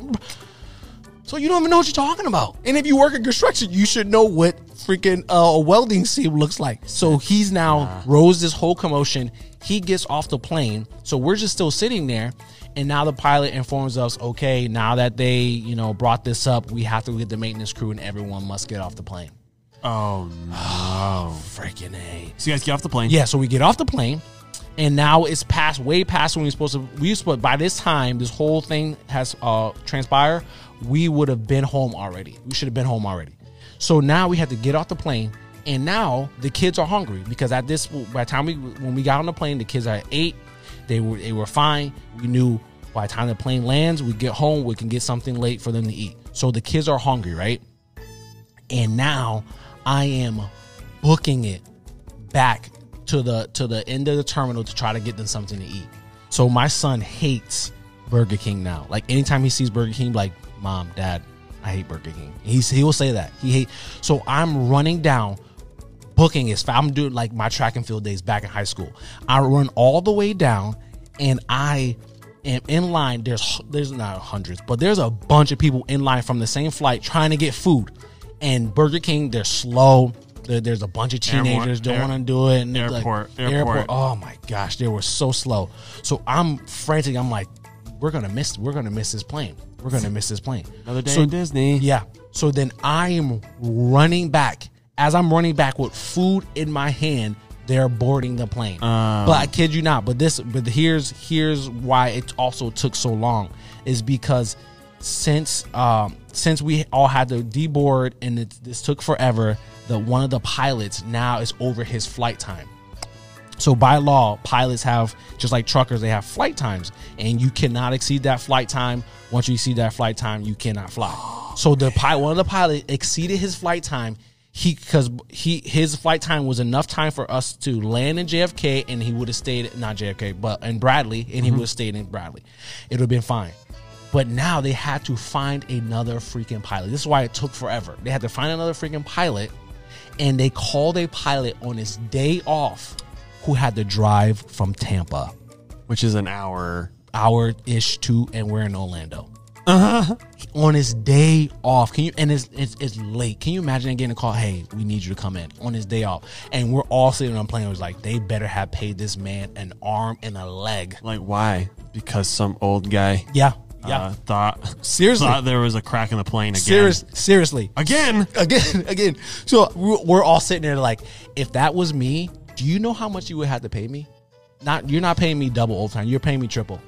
S2: so you don't even know what you're talking about. And if you work in construction, you should know what freaking uh, a welding seam looks like. So he's now rose this whole commotion. He gets off the plane. So we're just still sitting there. And now the pilot informs us, okay, now that they, you know, brought this up, we have to get the maintenance crew and everyone must get off the plane.
S1: Oh, no.
S2: *sighs* Freaking A.
S1: so you guys get off the plane.
S2: Yeah, so we get off the plane, and now it's past way past when we are supposed to. We used to, by this time, this whole thing has uh transpired. We would have been home already. We should have been home already. So now we have to get off the plane, and now the kids are hungry because at this by the time we when we got on the plane, the kids are eight. They were they were fine. We knew by the time the plane lands, we get home, we can get something late for them to eat. So the kids are hungry, right? and now I am booking it back to the to the end of the terminal to try to get them something to eat. So my son hates Burger King now. Like anytime he sees Burger King, like mom, dad, I hate Burger King. He's he will say that he hate. So I'm running down. Booking is I'm doing like my track and field days back in high school. I run all the way down, and I am in line. There's there's not hundreds, but there's a bunch of people in line from the same flight trying to get food. And Burger King, they're slow. There- there's a bunch of teenagers
S1: Airport-
S2: don't
S1: air-
S2: want to do it. And they're
S1: airport,
S2: like,
S1: airport.
S2: Oh my gosh, they were so slow. So I'm frantic. I'm like, we're gonna miss. We're gonna miss this plane. We're gonna miss this plane.
S3: Another day
S2: So-
S3: in Disney.
S2: yeah. So then I am running back. As I'm running back with food in my hand, they're boarding the plane.
S3: Um.
S2: but I kid you not. But this, but here's here's why it also took so long is because since um, since we all had to deboard and it, this took forever. The one of the pilots now is over his flight time. So by law, pilots have just like truckers, they have flight times, and you cannot exceed that flight time. Once you exceed that flight time, you cannot fly. So the pilot, one of the pilot, exceeded his flight time. He because he his flight time was enough time for us to land in JFK, and he would have stayed not JFK, but in Bradley, and he would have stayed in Bradley. It would have been fine. But now they had to find another freaking pilot. This is why it took forever. They had to find another freaking pilot, and they called a pilot on his day off who had to drive from Tampa,
S1: Which is an hour.
S2: hour ish to, and we're in Orlando. On his day off, can you? And it's, it's it's late. Can you imagine getting a call? Hey, we need you to come in on his day off, and we're all sitting on the plane. It was like they better have paid this man an arm and a leg.
S1: Like, why? Because some old guy
S2: Yeah, yeah.
S1: uh, thought
S2: Seriously.
S1: thought there was a crack in the plane again.
S2: Serious, seriously,
S1: Again?
S2: *laughs* again, again. So we're we're all sitting there like, if that was me, do you know how much you would have to pay me? Not you're not paying me double overtime. You're paying me triple.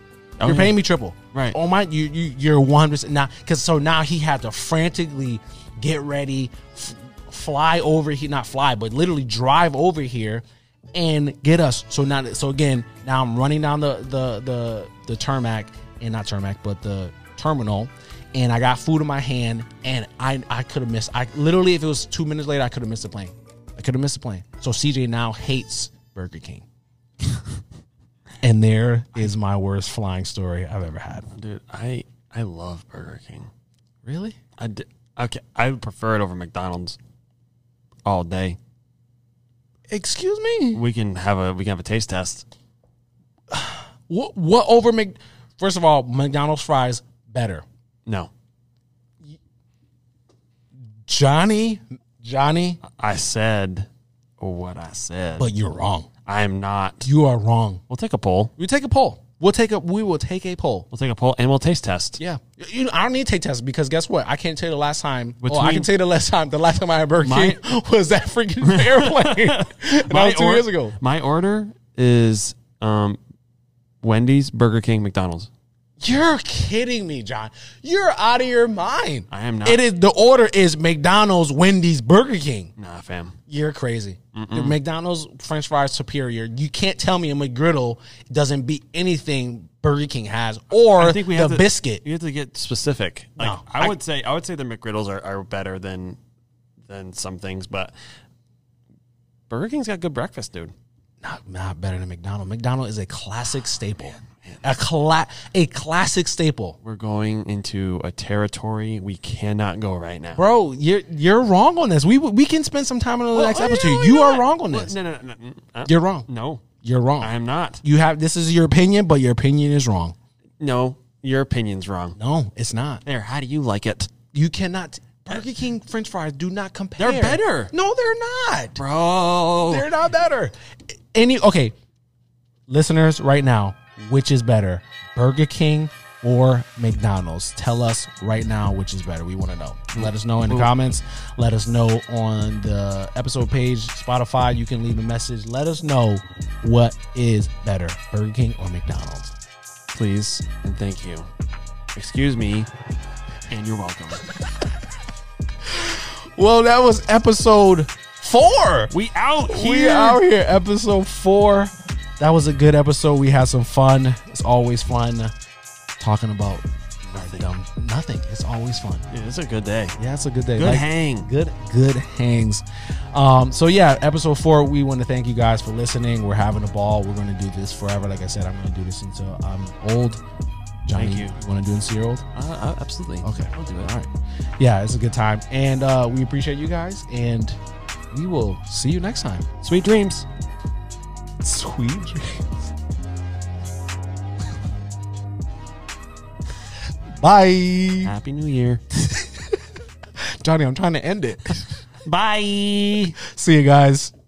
S2: you're paying me triple.
S1: Right.
S2: Oh my, you you you're one percent now. Because so now he had to frantically get ready, f- fly over here, not fly, but literally drive over here and get us. So now, that- so again, now I'm running down the the the the tarmac and not tarmac, but the terminal. And I got food in my hand, and I I could have missed. I literally, if it was two minutes later, I could have missed the plane. I could have missed the plane. So CJ now hates Burger King. *laughs* And there is my worst flying story I've ever had.
S1: Dude, I I love Burger King.
S2: Really?
S1: I d- okay, I would prefer it over McDonald's all day.
S2: Excuse me.
S1: We can have a we can have a taste test.
S2: What? What over Mc? First of all, McDonald's fries better.
S1: No,
S2: Johnny, Johnny,
S1: I said what I said.
S2: but you're wrong.
S1: I am not.
S2: You are wrong.
S1: We'll take a poll.
S2: We take a poll. We'll take a we will take a poll.
S1: We'll take a poll and we'll taste test.
S2: Yeah, you know, I don't need to take tests because guess what? I can't tell you the last time. well, I
S1: Between-
S2: can tell you the last time. The last time I had Burger
S1: My-
S2: King *laughs* was that freaking airplane. *laughs* and that was two
S1: or-
S2: years ago.
S1: My order is um, Wendy's, Burger King, McDonald's.
S2: You're kidding me, John. You're out of your mind.
S1: I am not.
S2: It is the order is McDonald's, Wendy's, Burger King.
S1: Nah, fam.
S2: You're crazy. Your McDonald's French fries superior. You can't tell me a McGriddle doesn't beat anything Burger King has or
S1: I think we
S2: the
S1: have to,
S2: biscuit.
S1: You have to get specific. Like
S2: No,
S1: I,
S2: I-
S1: would say, I would say the McGriddles are, are better than than some things, but Burger King's got good breakfast, dude.
S2: Not, not better than McDonald's. McDonald's is a
S1: Ah,
S2: classic staple. A cla- a classic staple.
S1: We're going into a territory we cannot go right now.
S2: Bro, you're you're wrong on this. We we can spend some time on the next
S1: oh, yeah,
S2: episode.
S1: why
S2: you are
S1: not?
S2: wrong on
S1: Well,
S2: this.
S1: No, no, no, no, uh,
S2: You're wrong.
S1: no.
S2: You're wrong.
S1: I am not.
S2: you have this is your opinion, but your opinion is wrong.
S1: No, your opinion's wrong.
S2: No, it's not.
S1: There. How do you like it,
S2: You cannot. Burger King French fries do not compare.
S1: They're better.
S2: No, they're not.
S1: bro?
S2: They're not better. Any okay, listeners, right now, which is better, Burger King or McDonald's? Tell us right now which is better. We want to know. Let us know in the comments. Let us know on the episode page, Spotify. You can leave a message. Let us know what is better, Burger King or McDonald's.
S1: Please and thank you. Excuse me, and you're welcome.
S2: Well, that was episode four.
S1: we out here.
S2: We out here, episode four. That was a good episode. We had some fun. It's always fun talking about nothing. Dumb, nothing. It's always fun.
S1: Yeah, it's a good day.
S2: Yeah, it's a good day.
S1: Good hang.
S2: Good, good hangs. Um, so yeah, episode four. We want to thank you guys for listening. We're having a ball. We're going to do this forever. Like I said, I'm going to do this until I'm old. Johnny,
S1: Thank you.
S2: want to do this year old?
S1: Uh, uh, absolutely.
S2: Okay.
S1: I'll do it.
S2: All right. Yeah, it's a good time, and uh, we appreciate you guys. And we will see you next time.
S1: uh, Sweet dreams.
S2: Sweet dreams. Bye.
S1: Happy New Year.
S2: Johnny, I'm trying to end it. *laughs*
S1: Bye.
S2: See you guys.